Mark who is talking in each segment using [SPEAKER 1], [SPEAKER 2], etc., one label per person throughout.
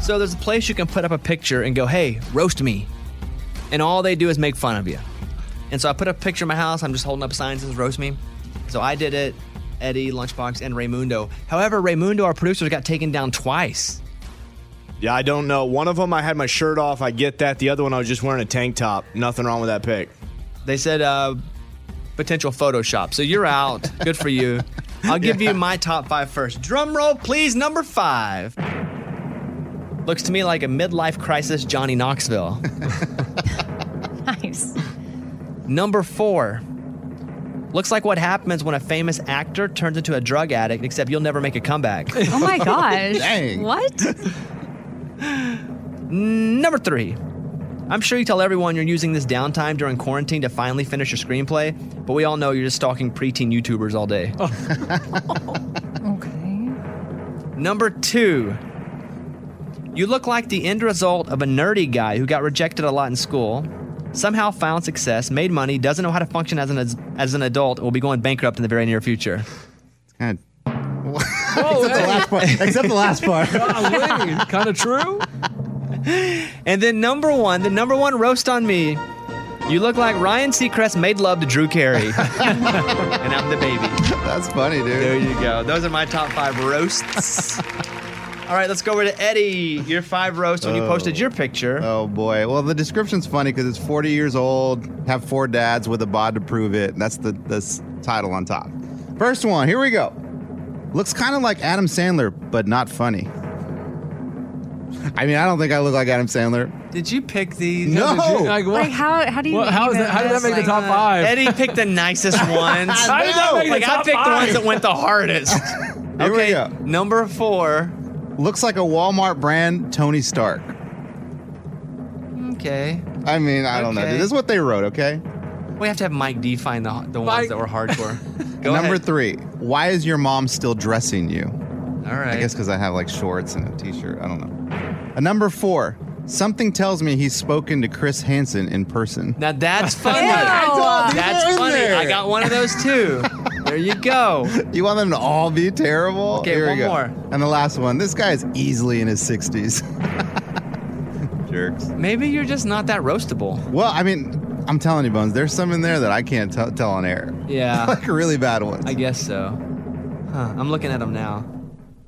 [SPEAKER 1] So there's a place you can put up a picture and go, hey, roast me. And all they do is make fun of you. And so I put up a picture of my house. I'm just holding up signs that says roast me. So I did it, Eddie, Lunchbox, and Raymundo. However, Raymundo, our producer, got taken down twice.
[SPEAKER 2] Yeah, I don't know. One of them, I had my shirt off. I get that. The other one, I was just wearing a tank top. Nothing wrong with that pic.
[SPEAKER 1] They said uh, potential Photoshop. So you're out. Good for you. I'll give you my top five first. Drum roll, please. Number five. Looks to me like a midlife crisis Johnny Knoxville.
[SPEAKER 3] Nice.
[SPEAKER 1] Number four. Looks like what happens when a famous actor turns into a drug addict, except you'll never make a comeback.
[SPEAKER 3] Oh my gosh.
[SPEAKER 4] Dang.
[SPEAKER 3] What?
[SPEAKER 1] Number three. I'm sure you tell everyone you're using this downtime during quarantine to finally finish your screenplay, but we all know you're just stalking preteen YouTubers all day.
[SPEAKER 3] Okay.
[SPEAKER 1] Number two. You look like the end result of a nerdy guy who got rejected a lot in school, somehow found success, made money, doesn't know how to function as an as, an adult, and will be going bankrupt in the very near future.
[SPEAKER 4] God. except, the last part, except the last part.
[SPEAKER 5] kind of true.
[SPEAKER 1] And then number one, the number one roast on me. You look like Ryan Seacrest made love to Drew Carey, and I'm the baby.
[SPEAKER 4] That's funny, dude.
[SPEAKER 1] There you go. Those are my top five roasts. All right, let's go over to Eddie. Your five roasts when you posted your picture.
[SPEAKER 4] Oh boy. Well, the description's funny because it's 40 years old, have four dads with a bod to prove it. That's the this title on top. First one. Here we go. Looks kind of like Adam Sandler, but not funny. I mean, I don't think I look like Adam Sandler.
[SPEAKER 1] Did you pick these?
[SPEAKER 4] No.
[SPEAKER 5] Like, what?
[SPEAKER 3] Like how how do you
[SPEAKER 5] What-
[SPEAKER 3] make
[SPEAKER 5] how is
[SPEAKER 3] even
[SPEAKER 5] that? How did that
[SPEAKER 3] this,
[SPEAKER 5] make the
[SPEAKER 3] like,
[SPEAKER 5] top five?
[SPEAKER 1] Eddie picked the nicest ones.
[SPEAKER 5] How did that make the
[SPEAKER 1] like I
[SPEAKER 5] top
[SPEAKER 1] picked the ones
[SPEAKER 5] five?
[SPEAKER 1] that went the hardest.
[SPEAKER 4] Here we
[SPEAKER 1] okay,
[SPEAKER 4] go.
[SPEAKER 1] number four.
[SPEAKER 4] Looks like a Walmart brand Tony Stark.
[SPEAKER 1] Okay,
[SPEAKER 4] I mean, I don't know.
[SPEAKER 1] Okay.
[SPEAKER 4] dude. This is what they wrote, okay?
[SPEAKER 1] we have to have Mike D find the the
[SPEAKER 5] Mike.
[SPEAKER 1] ones that were hardcore. Go
[SPEAKER 4] Number
[SPEAKER 1] ahead.
[SPEAKER 4] three. Why is your mom still dressing you?
[SPEAKER 1] All
[SPEAKER 4] I
[SPEAKER 1] right.
[SPEAKER 4] guess because I have like shorts and a t-shirt. I don't know. A number four. Something tells me he's spoken to Chris Hansen in person.
[SPEAKER 1] now that's funny.
[SPEAKER 3] Ew.
[SPEAKER 1] That's
[SPEAKER 4] in
[SPEAKER 1] funny.
[SPEAKER 4] there.
[SPEAKER 1] I got one of those too. there you go.
[SPEAKER 4] You want them to all be terrible?
[SPEAKER 1] Okay,
[SPEAKER 4] Here
[SPEAKER 1] one
[SPEAKER 4] we go.
[SPEAKER 1] more.
[SPEAKER 4] And the last one. This guy is easily in his 60s. Jerks.
[SPEAKER 1] Maybe you're just not that roastable.
[SPEAKER 4] Well, I mean, I'm telling you, Bones, there's some in there that I can't t- tell on air.
[SPEAKER 1] Yeah.
[SPEAKER 4] like really bad ones.
[SPEAKER 1] I guess so. Huh, I'm looking at them now.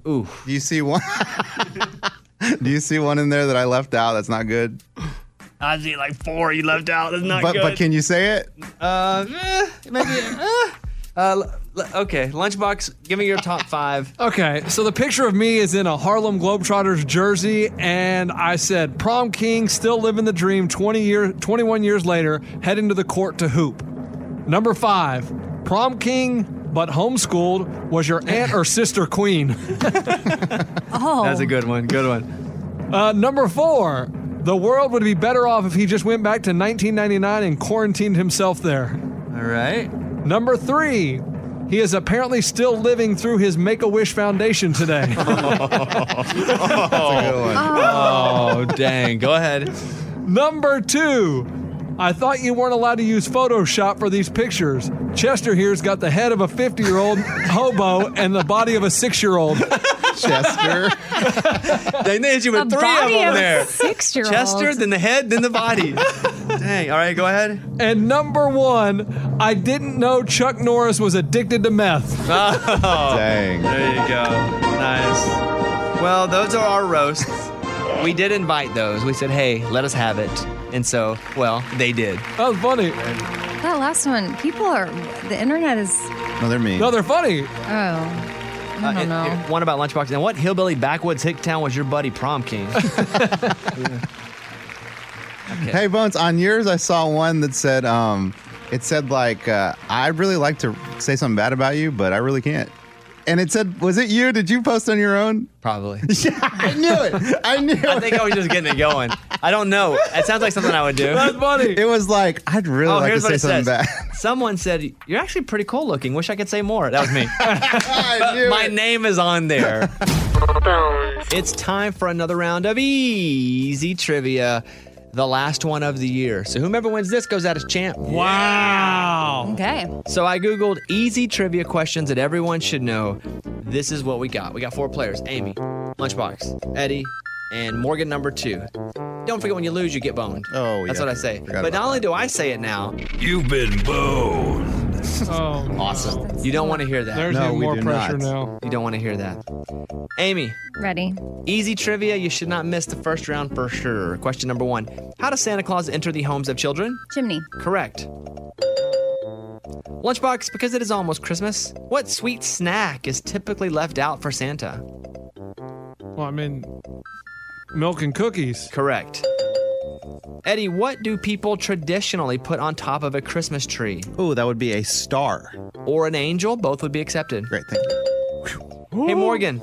[SPEAKER 1] Ooh.
[SPEAKER 4] Do you see one? Do you see one in there that I left out? That's not good.
[SPEAKER 5] I see like four you left out. That's not
[SPEAKER 4] But but can you say it?
[SPEAKER 1] Uh, eh, maybe. eh. Uh, l- l- okay, Lunchbox, give me your top five.
[SPEAKER 3] Oh.
[SPEAKER 5] Okay, so the picture of me is in a Harlem Globetrotters jersey, and I said, "Prom king, still living the dream." Twenty years, twenty-one years later, heading to the court to hoop. Number five, prom king, but homeschooled was your aunt or sister queen.
[SPEAKER 3] Oh.
[SPEAKER 1] That's a good one. Good one.
[SPEAKER 5] Uh, number four, the world would be better off if he just went back to 1999 and quarantined himself there.
[SPEAKER 1] All right.
[SPEAKER 5] Number three, he is apparently still living through his Make a Wish Foundation today.
[SPEAKER 4] That's a good one.
[SPEAKER 1] Oh dang! Go ahead.
[SPEAKER 5] Number two, I thought you weren't allowed to use Photoshop for these pictures. Chester here's got the head of a 50 year old hobo and the body of a six year old.
[SPEAKER 4] Chester.
[SPEAKER 1] They hit you
[SPEAKER 3] A
[SPEAKER 1] with three of
[SPEAKER 3] body
[SPEAKER 1] them
[SPEAKER 3] of Oh.
[SPEAKER 1] there.
[SPEAKER 3] Six year old.
[SPEAKER 1] Chester, then the head, then the body. dang! All right, go ahead.
[SPEAKER 5] And number one, I didn't know Chuck Norris was addicted to meth.
[SPEAKER 4] Dang.
[SPEAKER 1] There you go. Nice. Well, those are our roasts. We did invite those. We said, "Hey, let us have it," and so, well, they did.
[SPEAKER 5] That was funny.
[SPEAKER 3] That last one. People are. The internet is.
[SPEAKER 4] No, they're mean.
[SPEAKER 5] No, they're funny.
[SPEAKER 3] Oh. I
[SPEAKER 1] Uh,
[SPEAKER 3] don't
[SPEAKER 1] and-
[SPEAKER 3] know.
[SPEAKER 1] and One about Lunchbox. And what hillbilly backwoods hick town was your buddy prom king?
[SPEAKER 4] Hey Bones, on yours I saw one that said, um, it said like, uh, I really like to say something bad about you, but I really can't. And it said, was it you? Did you post on your own?
[SPEAKER 1] Probably.
[SPEAKER 4] Yeah, I knew it. I knew
[SPEAKER 1] I
[SPEAKER 4] it.
[SPEAKER 1] think I was just getting it going. I don't know. It sounds like something I would do.
[SPEAKER 5] That's funny.
[SPEAKER 4] It was like, I'd really
[SPEAKER 1] Oh,
[SPEAKER 4] like to
[SPEAKER 1] here's what
[SPEAKER 4] say
[SPEAKER 1] it
[SPEAKER 4] something
[SPEAKER 1] says.
[SPEAKER 4] bad.
[SPEAKER 1] Someone said, You're actually pretty cool looking. Wish I could say more. That was me.
[SPEAKER 4] I knew
[SPEAKER 1] My
[SPEAKER 4] it.
[SPEAKER 1] name is on there.
[SPEAKER 6] Bones.
[SPEAKER 1] It's time for another round of easy trivia. The last one of the year. So whomever wins this goes out as champ.
[SPEAKER 5] Wow.
[SPEAKER 3] okay.
[SPEAKER 1] So I Googled easy trivia questions that everyone should know. This is what we got. We got four players Amy, Lunchbox, Eddie, and Morgan number two. Don't forget when you lose, you get boned.
[SPEAKER 4] Oh,
[SPEAKER 1] that's
[SPEAKER 4] yeah.
[SPEAKER 1] what I say.
[SPEAKER 4] Forgot
[SPEAKER 1] But
[SPEAKER 4] about
[SPEAKER 1] not only do I say it now,
[SPEAKER 6] You've been boned.
[SPEAKER 5] Oh,
[SPEAKER 4] Awesome.
[SPEAKER 1] you don't want to hear that.
[SPEAKER 5] there's
[SPEAKER 4] No,
[SPEAKER 5] even
[SPEAKER 4] we
[SPEAKER 5] more
[SPEAKER 4] do
[SPEAKER 5] pressure
[SPEAKER 4] not.
[SPEAKER 5] now.
[SPEAKER 1] You don't want to hear that. Amy,
[SPEAKER 3] Ready?
[SPEAKER 1] easy trivia. You should not miss the first round for sure. Question number one How does Santa Claus enter the homes of children?
[SPEAKER 3] Chimney.
[SPEAKER 1] Correct. Lunchbox, because it is almost Christmas, what sweet snack is typically left out for Santa?
[SPEAKER 5] Well, I mean, milk and cookies.
[SPEAKER 1] Correct. Eddie, what do people traditionally put on top of a Christmas tree?
[SPEAKER 4] Ooh, that would be a star.
[SPEAKER 1] Or an angel? Both would be accepted.
[SPEAKER 4] Great, thank you.
[SPEAKER 1] Hey, Morgan,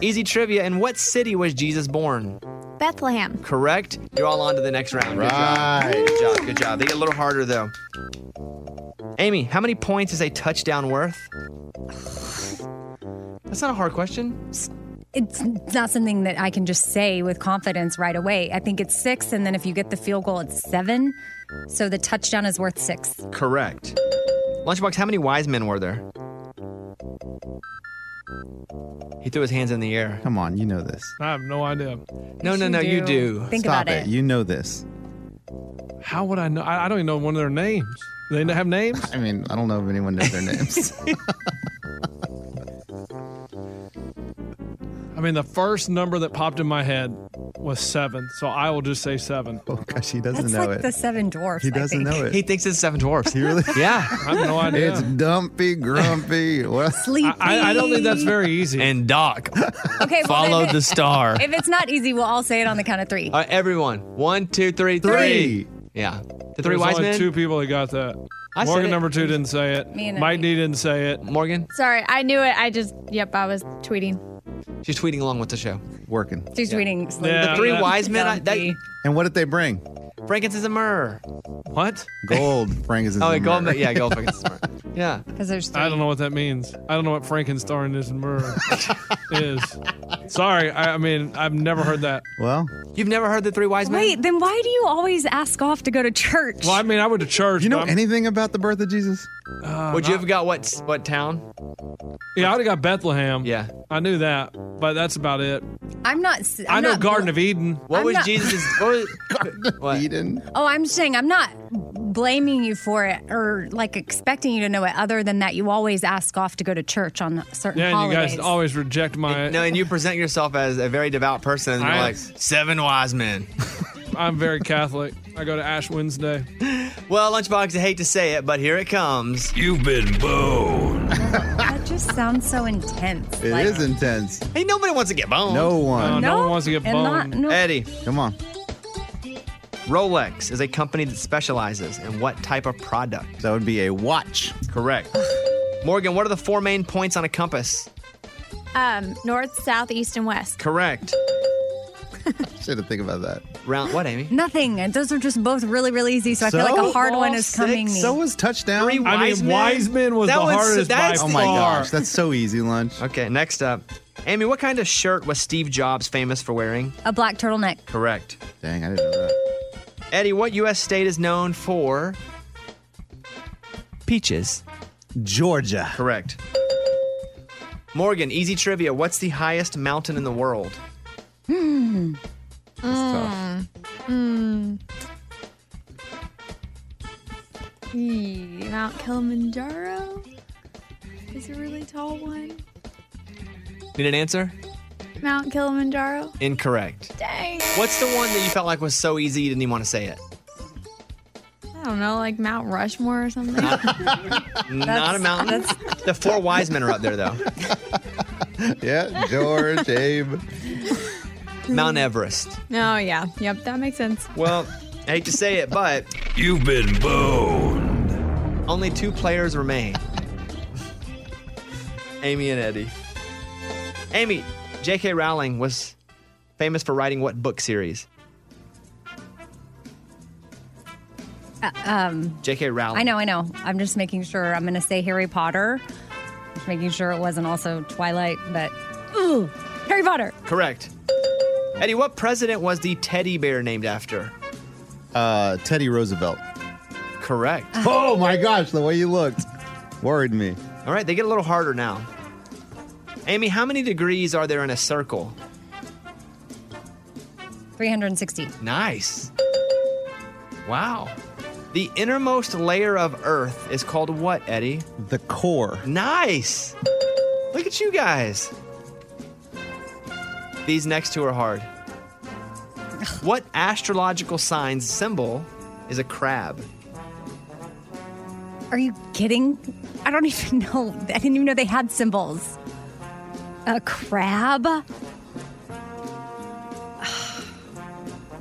[SPEAKER 1] easy trivia. In what city was Jesus born?
[SPEAKER 7] Bethlehem.
[SPEAKER 1] Correct. You're all on to the next round. Good job.
[SPEAKER 4] Right.
[SPEAKER 1] Good job. Good job. They get a little harder, though. Amy, how many points is a touchdown worth? That's not a hard question.
[SPEAKER 3] It's not something that I can just say with confidence right away. I think it's six, and then if you get the field goal, it's seven. So the touchdown is worth six.
[SPEAKER 1] Correct. Lunchbox, how many wise men were there? He threw his hands in the air.
[SPEAKER 4] Come on, you know this.
[SPEAKER 5] I have no idea.
[SPEAKER 1] No, no, no, you do.
[SPEAKER 3] Think
[SPEAKER 4] Stop
[SPEAKER 3] about it.
[SPEAKER 4] You know this.
[SPEAKER 5] How would I know? I, I don't even know one of their names. Do they have names?
[SPEAKER 4] I mean, I don't know if anyone knows their names.
[SPEAKER 5] I mean, the first number that popped in my head was seven, so I will just say seven.
[SPEAKER 4] oh gosh, he doesn't
[SPEAKER 3] That's
[SPEAKER 4] know
[SPEAKER 3] like
[SPEAKER 4] it.
[SPEAKER 3] the seven dwarfs.
[SPEAKER 4] he
[SPEAKER 3] I
[SPEAKER 4] doesn't
[SPEAKER 3] think.
[SPEAKER 4] know it.
[SPEAKER 1] He thinks it's seven dwarfs.
[SPEAKER 4] He really.
[SPEAKER 1] yeah.
[SPEAKER 5] I have no idea.
[SPEAKER 4] It's dumpy, grumpy. What?
[SPEAKER 3] Sleepy.
[SPEAKER 5] I, I don't think that's very easy.
[SPEAKER 1] And Doc
[SPEAKER 3] okay. well,
[SPEAKER 1] followed
[SPEAKER 3] if
[SPEAKER 1] the
[SPEAKER 3] it-
[SPEAKER 1] star.
[SPEAKER 3] If it's not easy, we'll all say it on the count of three.
[SPEAKER 1] All right, everyone. One, two, three, three.
[SPEAKER 4] Three.
[SPEAKER 1] Yeah. The
[SPEAKER 5] There
[SPEAKER 1] three
[SPEAKER 5] was
[SPEAKER 1] wise
[SPEAKER 5] only
[SPEAKER 1] men.
[SPEAKER 5] two people that got that.
[SPEAKER 1] I said
[SPEAKER 5] Morgan
[SPEAKER 1] it.
[SPEAKER 5] number two didn't say it.
[SPEAKER 3] Me and
[SPEAKER 5] Mike
[SPEAKER 3] Emily.
[SPEAKER 5] D didn't say it.
[SPEAKER 1] Morgan,
[SPEAKER 7] Sorry, I knew it. I just, yep, I was tweeting.
[SPEAKER 1] she's tweeting along with the show.
[SPEAKER 4] Working.
[SPEAKER 3] She's reading. Sleepy.
[SPEAKER 5] Yeah.
[SPEAKER 1] The three wise men. I, that,
[SPEAKER 3] Dumpy.
[SPEAKER 4] And what did they bring?
[SPEAKER 1] frankincense and myrrh.
[SPEAKER 5] What?
[SPEAKER 4] Gold. Frank is in
[SPEAKER 1] Oh,
[SPEAKER 4] the
[SPEAKER 1] wait, gold.
[SPEAKER 4] murder.
[SPEAKER 1] ma- Yeah, gold frankincense and myrrh. Yeah.
[SPEAKER 3] Because there's three.
[SPEAKER 5] I don't know what that means. I don't know what Frankenstein is and myrrh is. Sorry, I, I mean I've never heard that.
[SPEAKER 4] Well,
[SPEAKER 1] You've never heard the three wise men?
[SPEAKER 3] Wait, then why do you always ask off to go to church?
[SPEAKER 5] Well, I mean I went to church.
[SPEAKER 4] do you know
[SPEAKER 5] but I'm-
[SPEAKER 4] anything about the birth of Jesus? Uh-huh.
[SPEAKER 1] Would you have got what what town?
[SPEAKER 5] yeah, I would have got Bethlehem.
[SPEAKER 1] Yeah.
[SPEAKER 5] I knew that, but that's about it.
[SPEAKER 3] I'm not. s- I'm
[SPEAKER 5] i know
[SPEAKER 3] not
[SPEAKER 5] Garden
[SPEAKER 3] bl-
[SPEAKER 5] of Eden.
[SPEAKER 1] What
[SPEAKER 3] I'm
[SPEAKER 1] was
[SPEAKER 3] not-
[SPEAKER 1] Jesus' what was, what?
[SPEAKER 4] Eden.
[SPEAKER 3] Oh, I'm saying I'm not blaming you for it or like expecting you to know it. Other than that, you always ask off to go to church on certain
[SPEAKER 5] Yeah, and you
[SPEAKER 3] holidays.
[SPEAKER 5] guys always reject my.
[SPEAKER 1] No, and you present yourself as a very devout person and you're
[SPEAKER 5] I-
[SPEAKER 1] like seven wise men.
[SPEAKER 5] I'm very Catholic. I go to Ash Wednesday.
[SPEAKER 1] Well, Lunchbox, I hate to say it, but here it comes.
[SPEAKER 6] You've been boned.
[SPEAKER 3] that just sounds so intense.
[SPEAKER 4] It is intense.
[SPEAKER 1] Hey, nobody wants to get boned.
[SPEAKER 4] No
[SPEAKER 5] Uh,
[SPEAKER 4] one.
[SPEAKER 3] Um,
[SPEAKER 5] No one wants to get
[SPEAKER 3] and not-
[SPEAKER 5] boned.
[SPEAKER 3] no-
[SPEAKER 1] Eddie,
[SPEAKER 4] Come on.
[SPEAKER 1] Rolex is a company that specializes in what type of product?
[SPEAKER 4] That would be a watch.
[SPEAKER 1] Correct. Morgan, what are the four main points on a compass?
[SPEAKER 7] Um, north, south, east, and west.
[SPEAKER 1] Correct.
[SPEAKER 4] Should have think about that.
[SPEAKER 1] Round what, Amy?
[SPEAKER 3] Nothing. And Those are just both really, really easy. So, I feel
[SPEAKER 4] So?
[SPEAKER 3] like a hard one is
[SPEAKER 1] Six,
[SPEAKER 3] coming. me.
[SPEAKER 4] So was touchdown.
[SPEAKER 1] Three
[SPEAKER 5] I mean, wise men was
[SPEAKER 1] That
[SPEAKER 5] the
[SPEAKER 1] was-
[SPEAKER 5] hardest by
[SPEAKER 1] that's
[SPEAKER 4] oh my
[SPEAKER 1] the-
[SPEAKER 5] far.
[SPEAKER 4] gosh, that's so easy, lunch.
[SPEAKER 1] Okay, next up. Amy, what kind of shirt was Steve Jobs famous for wearing?
[SPEAKER 3] a black turtleneck.
[SPEAKER 1] Correct.
[SPEAKER 4] Dang, I didn't know that.
[SPEAKER 1] Eddie, what U.S. state is known for peaches?
[SPEAKER 4] Georgia.
[SPEAKER 1] Correct. Morgan, easy trivia. What's the highest mountain in the world?
[SPEAKER 4] That's
[SPEAKER 7] Hmm, Mount Kilimanjaro is a really tall one.
[SPEAKER 1] Need an answer?
[SPEAKER 7] Mount Kilimanjaro.
[SPEAKER 1] Incorrect.
[SPEAKER 7] Dang.
[SPEAKER 1] What's the one that you felt like was so easy you didn't even want to say it?
[SPEAKER 7] I don't know, like Mount Rushmore or something.
[SPEAKER 1] Not a mountain. The four wise men are up there, though.
[SPEAKER 4] tough. Yeah, George, Abe.
[SPEAKER 1] Mount Everest.
[SPEAKER 7] oh yeah, yep, that makes sense.
[SPEAKER 1] Well, I hate to say it, but
[SPEAKER 6] You've been boned.
[SPEAKER 1] only two players remain Amy and Eddie. Amy, J.K. Rowling was famous for writing what book series? um, J.K. Rowling.
[SPEAKER 3] Uh, I know, I know. I'm just making sure. I'm going to say Harry Potter. Just making sure it wasn't also Twilight, but. Ooh, Harry Potter.
[SPEAKER 1] Correct. Eddie, what president was the teddy bear named after?
[SPEAKER 4] Uh, Teddy Roosevelt.
[SPEAKER 1] Correct.
[SPEAKER 3] Uh,
[SPEAKER 4] Oh my gosh, the way you looked worried me.
[SPEAKER 1] All right, they get a little harder now. Amy, how many degrees are there in a circle?
[SPEAKER 3] 360.
[SPEAKER 1] Nice. Wow. The innermost layer of Earth is called what, Eddie?
[SPEAKER 4] The core.
[SPEAKER 1] Nice. Look at you guys. These next two are hard. What astrological sign's symbol is a crab?
[SPEAKER 3] Are you kidding? I don't even know. I didn't even know they had symbols. A crab?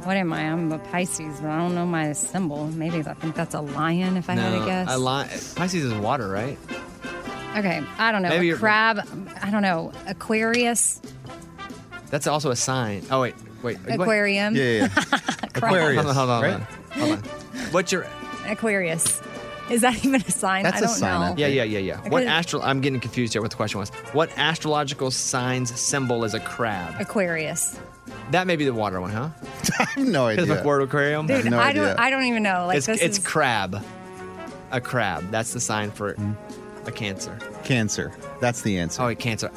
[SPEAKER 3] What am I? I'm a Pisces, but I don't know my symbol. Maybe I think that's a lion if I had to guess.
[SPEAKER 1] a li- Pisces is water, right?
[SPEAKER 3] Okay, I don't know.
[SPEAKER 1] Maybe
[SPEAKER 3] a
[SPEAKER 1] you're-
[SPEAKER 3] crab. I don't know. Aquarius.
[SPEAKER 1] That's also a sign. Oh wait, wait. what-
[SPEAKER 3] Aquarium.
[SPEAKER 4] Yeah, yeah, yeah. Aquarius.
[SPEAKER 1] Hold on, hold on,
[SPEAKER 4] right?
[SPEAKER 1] hold on. Hold on. What's your?
[SPEAKER 3] Aquarius. Is that even a sign?
[SPEAKER 4] That's
[SPEAKER 3] I
[SPEAKER 4] a
[SPEAKER 3] don't
[SPEAKER 4] sign, eh? I
[SPEAKER 3] know.
[SPEAKER 4] think.
[SPEAKER 1] Yeah, yeah, yeah, yeah. What
[SPEAKER 3] Okay.
[SPEAKER 1] astro? I'm getting confused here. What the question was? What astrological sign's symbol is a crab?
[SPEAKER 3] Aquarius.
[SPEAKER 1] That may be the water one, huh?
[SPEAKER 4] I have no
[SPEAKER 1] Because
[SPEAKER 4] idea.
[SPEAKER 1] of word aquarium.
[SPEAKER 3] Dude,
[SPEAKER 4] no
[SPEAKER 3] I don't.
[SPEAKER 4] idea.
[SPEAKER 3] I don't even know. Like
[SPEAKER 1] it's
[SPEAKER 3] this
[SPEAKER 1] it's
[SPEAKER 3] is
[SPEAKER 1] crab. A crab. That's the sign for
[SPEAKER 4] Hmm.
[SPEAKER 1] a cancer.
[SPEAKER 4] Cancer. That's the answer.
[SPEAKER 1] Oh, wait, cancer.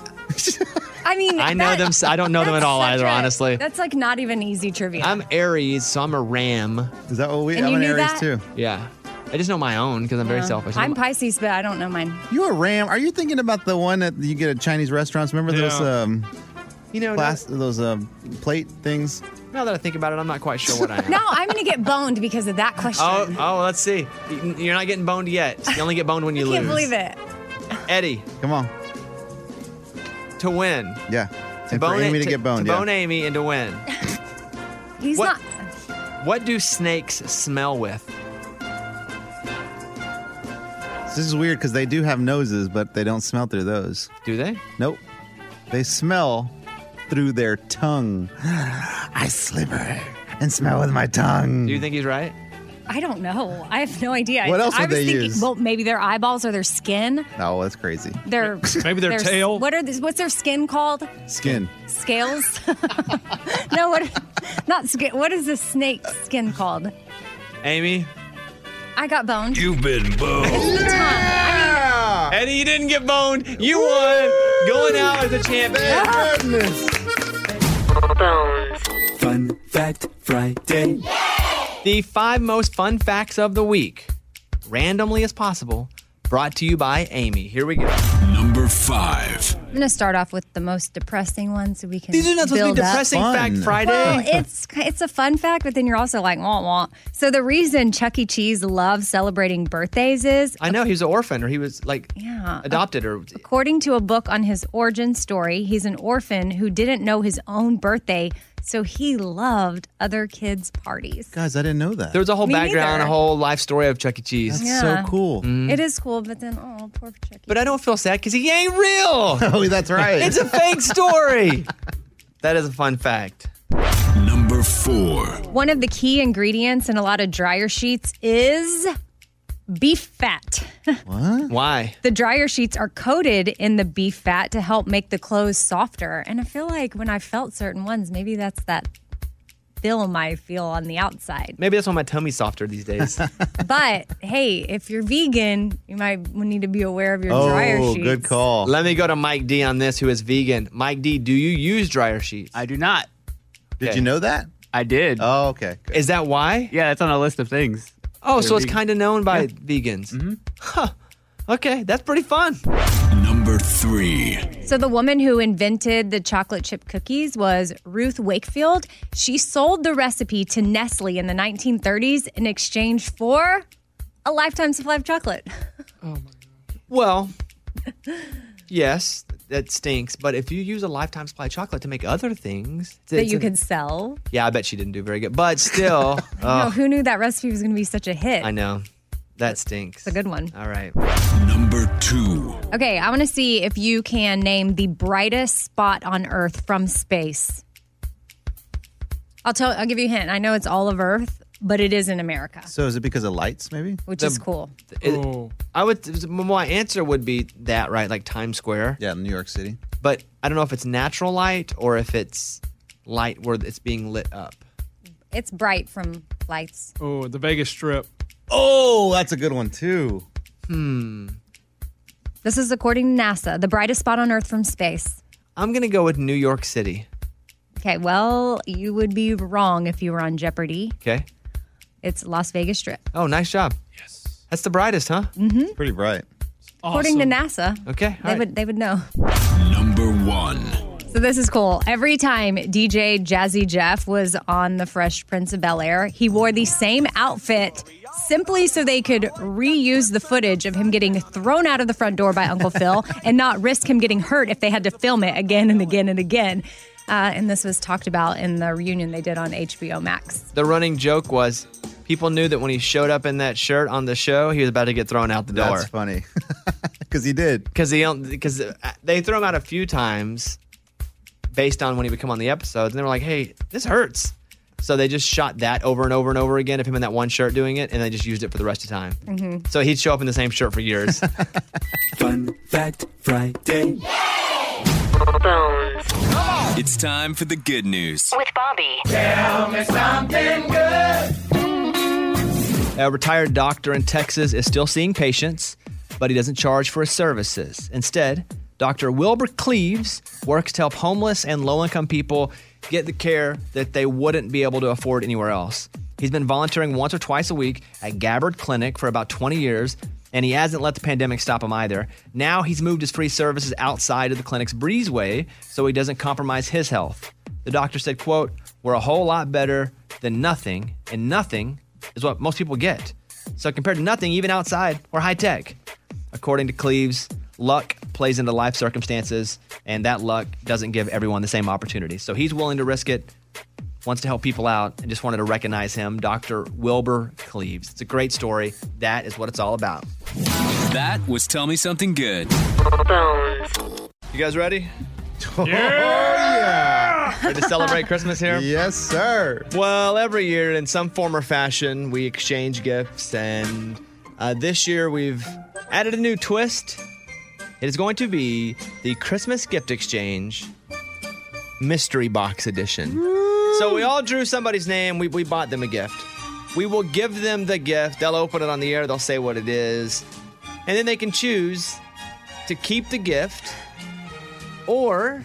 [SPEAKER 3] I mean,
[SPEAKER 1] I know
[SPEAKER 3] that-
[SPEAKER 1] them. s- I don't know them at
[SPEAKER 3] that's
[SPEAKER 1] all
[SPEAKER 3] such
[SPEAKER 1] either.
[SPEAKER 3] a-
[SPEAKER 1] honestly,
[SPEAKER 3] that's like not even easy trivia.
[SPEAKER 1] I'm Aries, so I'm a ram.
[SPEAKER 4] Is that what we?
[SPEAKER 3] And
[SPEAKER 4] I'm
[SPEAKER 3] you
[SPEAKER 4] an
[SPEAKER 3] knew
[SPEAKER 4] Aries
[SPEAKER 3] that?
[SPEAKER 4] too.
[SPEAKER 1] Yeah, I just know my own because I'm very
[SPEAKER 3] Yeah.
[SPEAKER 1] selfish.
[SPEAKER 3] I'm Pisces, but I don't know mine.
[SPEAKER 4] You a ram? Are you thinking about the one that you get at Chinese restaurants? Remember those
[SPEAKER 5] Yeah.
[SPEAKER 4] um,
[SPEAKER 3] Oh,
[SPEAKER 1] you know,
[SPEAKER 4] plas- those um, plate things?
[SPEAKER 1] now that I think about it, I'm not quite sure what I am.
[SPEAKER 3] No, I'm gonna get boned because of that question.
[SPEAKER 1] Oh, oh, let's see. You're not getting boned yet. You only get boned when you
[SPEAKER 3] I
[SPEAKER 1] lose.
[SPEAKER 3] can't believe it.
[SPEAKER 1] Eddie,
[SPEAKER 4] Come on,
[SPEAKER 1] to win.
[SPEAKER 4] yeah.
[SPEAKER 1] To
[SPEAKER 4] and for Amy to, get boned.
[SPEAKER 1] To
[SPEAKER 4] yeah.
[SPEAKER 1] bone Amy and to win.
[SPEAKER 3] He's
[SPEAKER 1] What-
[SPEAKER 3] not.
[SPEAKER 1] What do snakes smell with?
[SPEAKER 4] This is weird because they do have noses, but they don't smell through those.
[SPEAKER 1] Do they?
[SPEAKER 4] Nope, they smell through their tongue. I slither and smell with my tongue.
[SPEAKER 1] Do you think he's right?
[SPEAKER 3] I don't know. I have no idea.
[SPEAKER 4] What else
[SPEAKER 3] I
[SPEAKER 4] would
[SPEAKER 3] was
[SPEAKER 4] they
[SPEAKER 3] thinking,
[SPEAKER 4] use?
[SPEAKER 3] Well, maybe their eyeballs or their skin.
[SPEAKER 4] oh, that's crazy.
[SPEAKER 3] Their
[SPEAKER 5] Maybe their tail?
[SPEAKER 3] What are these? What's their skin called?
[SPEAKER 4] Skin.
[SPEAKER 3] Scales? no, what? Not skin. What is the snake skin called?
[SPEAKER 1] Amy?
[SPEAKER 3] I got boned.
[SPEAKER 6] You've been boned.
[SPEAKER 1] Eddie, you didn't get boned. You won. Going out as a champion.
[SPEAKER 8] Fun Fact Friday.
[SPEAKER 1] The five most fun facts of the week, randomly as possible, brought to you by Amy. Here we go.
[SPEAKER 6] Number five.
[SPEAKER 3] I'm gonna start off with the most depressing one, so we can.
[SPEAKER 1] These are not supposed to
[SPEAKER 3] build
[SPEAKER 1] be
[SPEAKER 3] up.
[SPEAKER 1] depressing
[SPEAKER 4] Fun.
[SPEAKER 1] fact Friday.
[SPEAKER 3] Well, it's it's a fun fact, but then you're also like, wah wah. So the reason Chuck E. Cheese loves celebrating birthdays is
[SPEAKER 1] I know he was an orphan, or he was like
[SPEAKER 3] Yeah.
[SPEAKER 1] adopted, or
[SPEAKER 3] According to a book on his origin story, he's an orphan who didn't know his own birthday, so he loved other kids' parties.
[SPEAKER 4] Guys, I didn't know that.
[SPEAKER 1] there was a whole
[SPEAKER 3] Me
[SPEAKER 1] background,
[SPEAKER 3] neither.
[SPEAKER 1] a whole life story of Chuck E. Cheese.
[SPEAKER 4] that's
[SPEAKER 3] Yeah.
[SPEAKER 4] so cool.
[SPEAKER 3] It is cool, but then oh, poor Chuck.
[SPEAKER 1] But I don't feel sad because he ain't real.
[SPEAKER 4] Oh, that's right.
[SPEAKER 1] it's a fake story. that is a fun fact.
[SPEAKER 6] Number four.
[SPEAKER 3] One of the key ingredients in a lot of dryer sheets is beef fat.
[SPEAKER 1] Why?
[SPEAKER 3] The dryer sheets are coated in the beef fat to help make the clothes softer. And I feel like when I felt certain ones, maybe that's that film I feel on the outside.
[SPEAKER 1] Maybe that's why my tummy's softer these days.
[SPEAKER 3] But hey, if you're vegan, you might need to be aware of your dryer
[SPEAKER 4] oh,
[SPEAKER 3] sheets.
[SPEAKER 4] good call.
[SPEAKER 1] Let me go to Mike D on this, who is vegan. Mike D, do you use dryer sheets?
[SPEAKER 9] I do not.
[SPEAKER 4] Did you know that?
[SPEAKER 9] I did.
[SPEAKER 4] Oh, okay. good.
[SPEAKER 1] is that why?
[SPEAKER 9] yeah, that's on a list of things.
[SPEAKER 1] Oh, so it's
[SPEAKER 9] vegan.
[SPEAKER 1] kind of known by vegans. Mm-hmm. Huh. Okay, that's pretty fun.
[SPEAKER 6] Number three.
[SPEAKER 3] So the woman who invented the chocolate chip cookies was Ruth Wakefield. She sold the recipe to Nestle in the 1930s in exchange for a lifetime supply of chocolate.
[SPEAKER 1] Well, yes, that stinks. But if you use a lifetime supply of chocolate to make other things, it's-
[SPEAKER 3] That
[SPEAKER 1] it's
[SPEAKER 3] you
[SPEAKER 1] an-
[SPEAKER 3] could sell.
[SPEAKER 1] Yeah, I bet she didn't do very good. But still, Oh,
[SPEAKER 4] Ah.
[SPEAKER 3] No, who knew that recipe was going to be such a hit?
[SPEAKER 1] I know. That
[SPEAKER 3] It's
[SPEAKER 1] stinks.
[SPEAKER 3] a good one.
[SPEAKER 1] All right.
[SPEAKER 6] Number two.
[SPEAKER 3] Okay, I want to see if you can name the brightest spot on Earth from space. I'll tell. I'll give you a hint. I know it's all of Earth, but it is in America,
[SPEAKER 4] So is it because of lights, maybe?
[SPEAKER 3] which is cool.
[SPEAKER 5] Oh.
[SPEAKER 1] I would my answer would be that, right? Like Times Square.
[SPEAKER 4] Yeah, New York City.
[SPEAKER 1] But I don't know if it's natural light or if it's light where it's being lit up.
[SPEAKER 3] It's bright from lights.
[SPEAKER 5] Oh, the Vegas Strip.
[SPEAKER 4] Oh, that's a good one too.
[SPEAKER 3] This is according to NASA, the brightest spot on Earth from space.
[SPEAKER 1] I'm gonna go with New York City.
[SPEAKER 3] Okay, well, you would be wrong if you were on Jeopardy.
[SPEAKER 1] Okay.
[SPEAKER 3] It's Las Vegas Strip.
[SPEAKER 1] Oh, nice job. Yes. That's the brightest, huh?
[SPEAKER 4] It's pretty bright.
[SPEAKER 3] According to NASA,
[SPEAKER 1] Okay.
[SPEAKER 3] Mm-hmm. they would they would know.
[SPEAKER 6] number one,
[SPEAKER 3] So this is cool. Every time DJ Jazzy Jeff was on The Fresh Prince of Bel Air, he wore the same outfit simply so they could reuse the footage of him getting thrown out of the front door by Uncle Phil and not risk him getting hurt if they had to film it again and again and again. Uh, and this was talked about in the reunion they did on HBO Max.
[SPEAKER 1] The running joke was people knew that when he showed up in that shirt on the show, he was about to get thrown out the door.
[SPEAKER 4] That's funny. Because he did.
[SPEAKER 1] because they don't because uh, they throw him out a few times based on when he would come on the episodes and they were like hey this hurts so they just shot that over and over and over again of him in that one shirt doing it and they just used it for the rest of time
[SPEAKER 3] Mm-hmm.
[SPEAKER 1] so he'd show up in the same shirt for years
[SPEAKER 8] Fun Fact Friday.
[SPEAKER 9] It's time for the good news.
[SPEAKER 10] with Bobby.
[SPEAKER 1] a retired doctor in texas is still seeing patients but he doesn't charge for his services instead dr wilbur cleves works to help homeless and low-income people get the care that they wouldn't be able to afford anywhere else he's been volunteering once or twice a week at gabbard clinic for about 20 years and he hasn't let the pandemic stop him either. Now he's moved his free services outside of the clinic's breezeway so he doesn't compromise his health. The doctor said, quote, we're a whole lot better than nothing, and nothing is what most people get. So compared to nothing, even outside, we're high tech. According to Cleves, luck plays into life circumstances, and that luck doesn't give everyone the same opportunity. So he's willing to risk it, wants to help people out, and just wanted to recognize him, Dr. Wilbur Cleves. It's a great story. That is what it's all about.
[SPEAKER 9] That was Tell Me Something Good.
[SPEAKER 1] You guys ready? Ready to celebrate Christmas here?
[SPEAKER 4] Yes, sir.
[SPEAKER 1] Well, every year, in some form or fashion, we exchange gifts, and uh, this year we've added a new twist. It is going to be the Christmas Gift Exchange Mystery Box Edition. So we all drew somebody's name, we, we bought them a gift. We will give them the gift, they'll open it on the air, they'll say what it is, and then they can choose to keep the gift or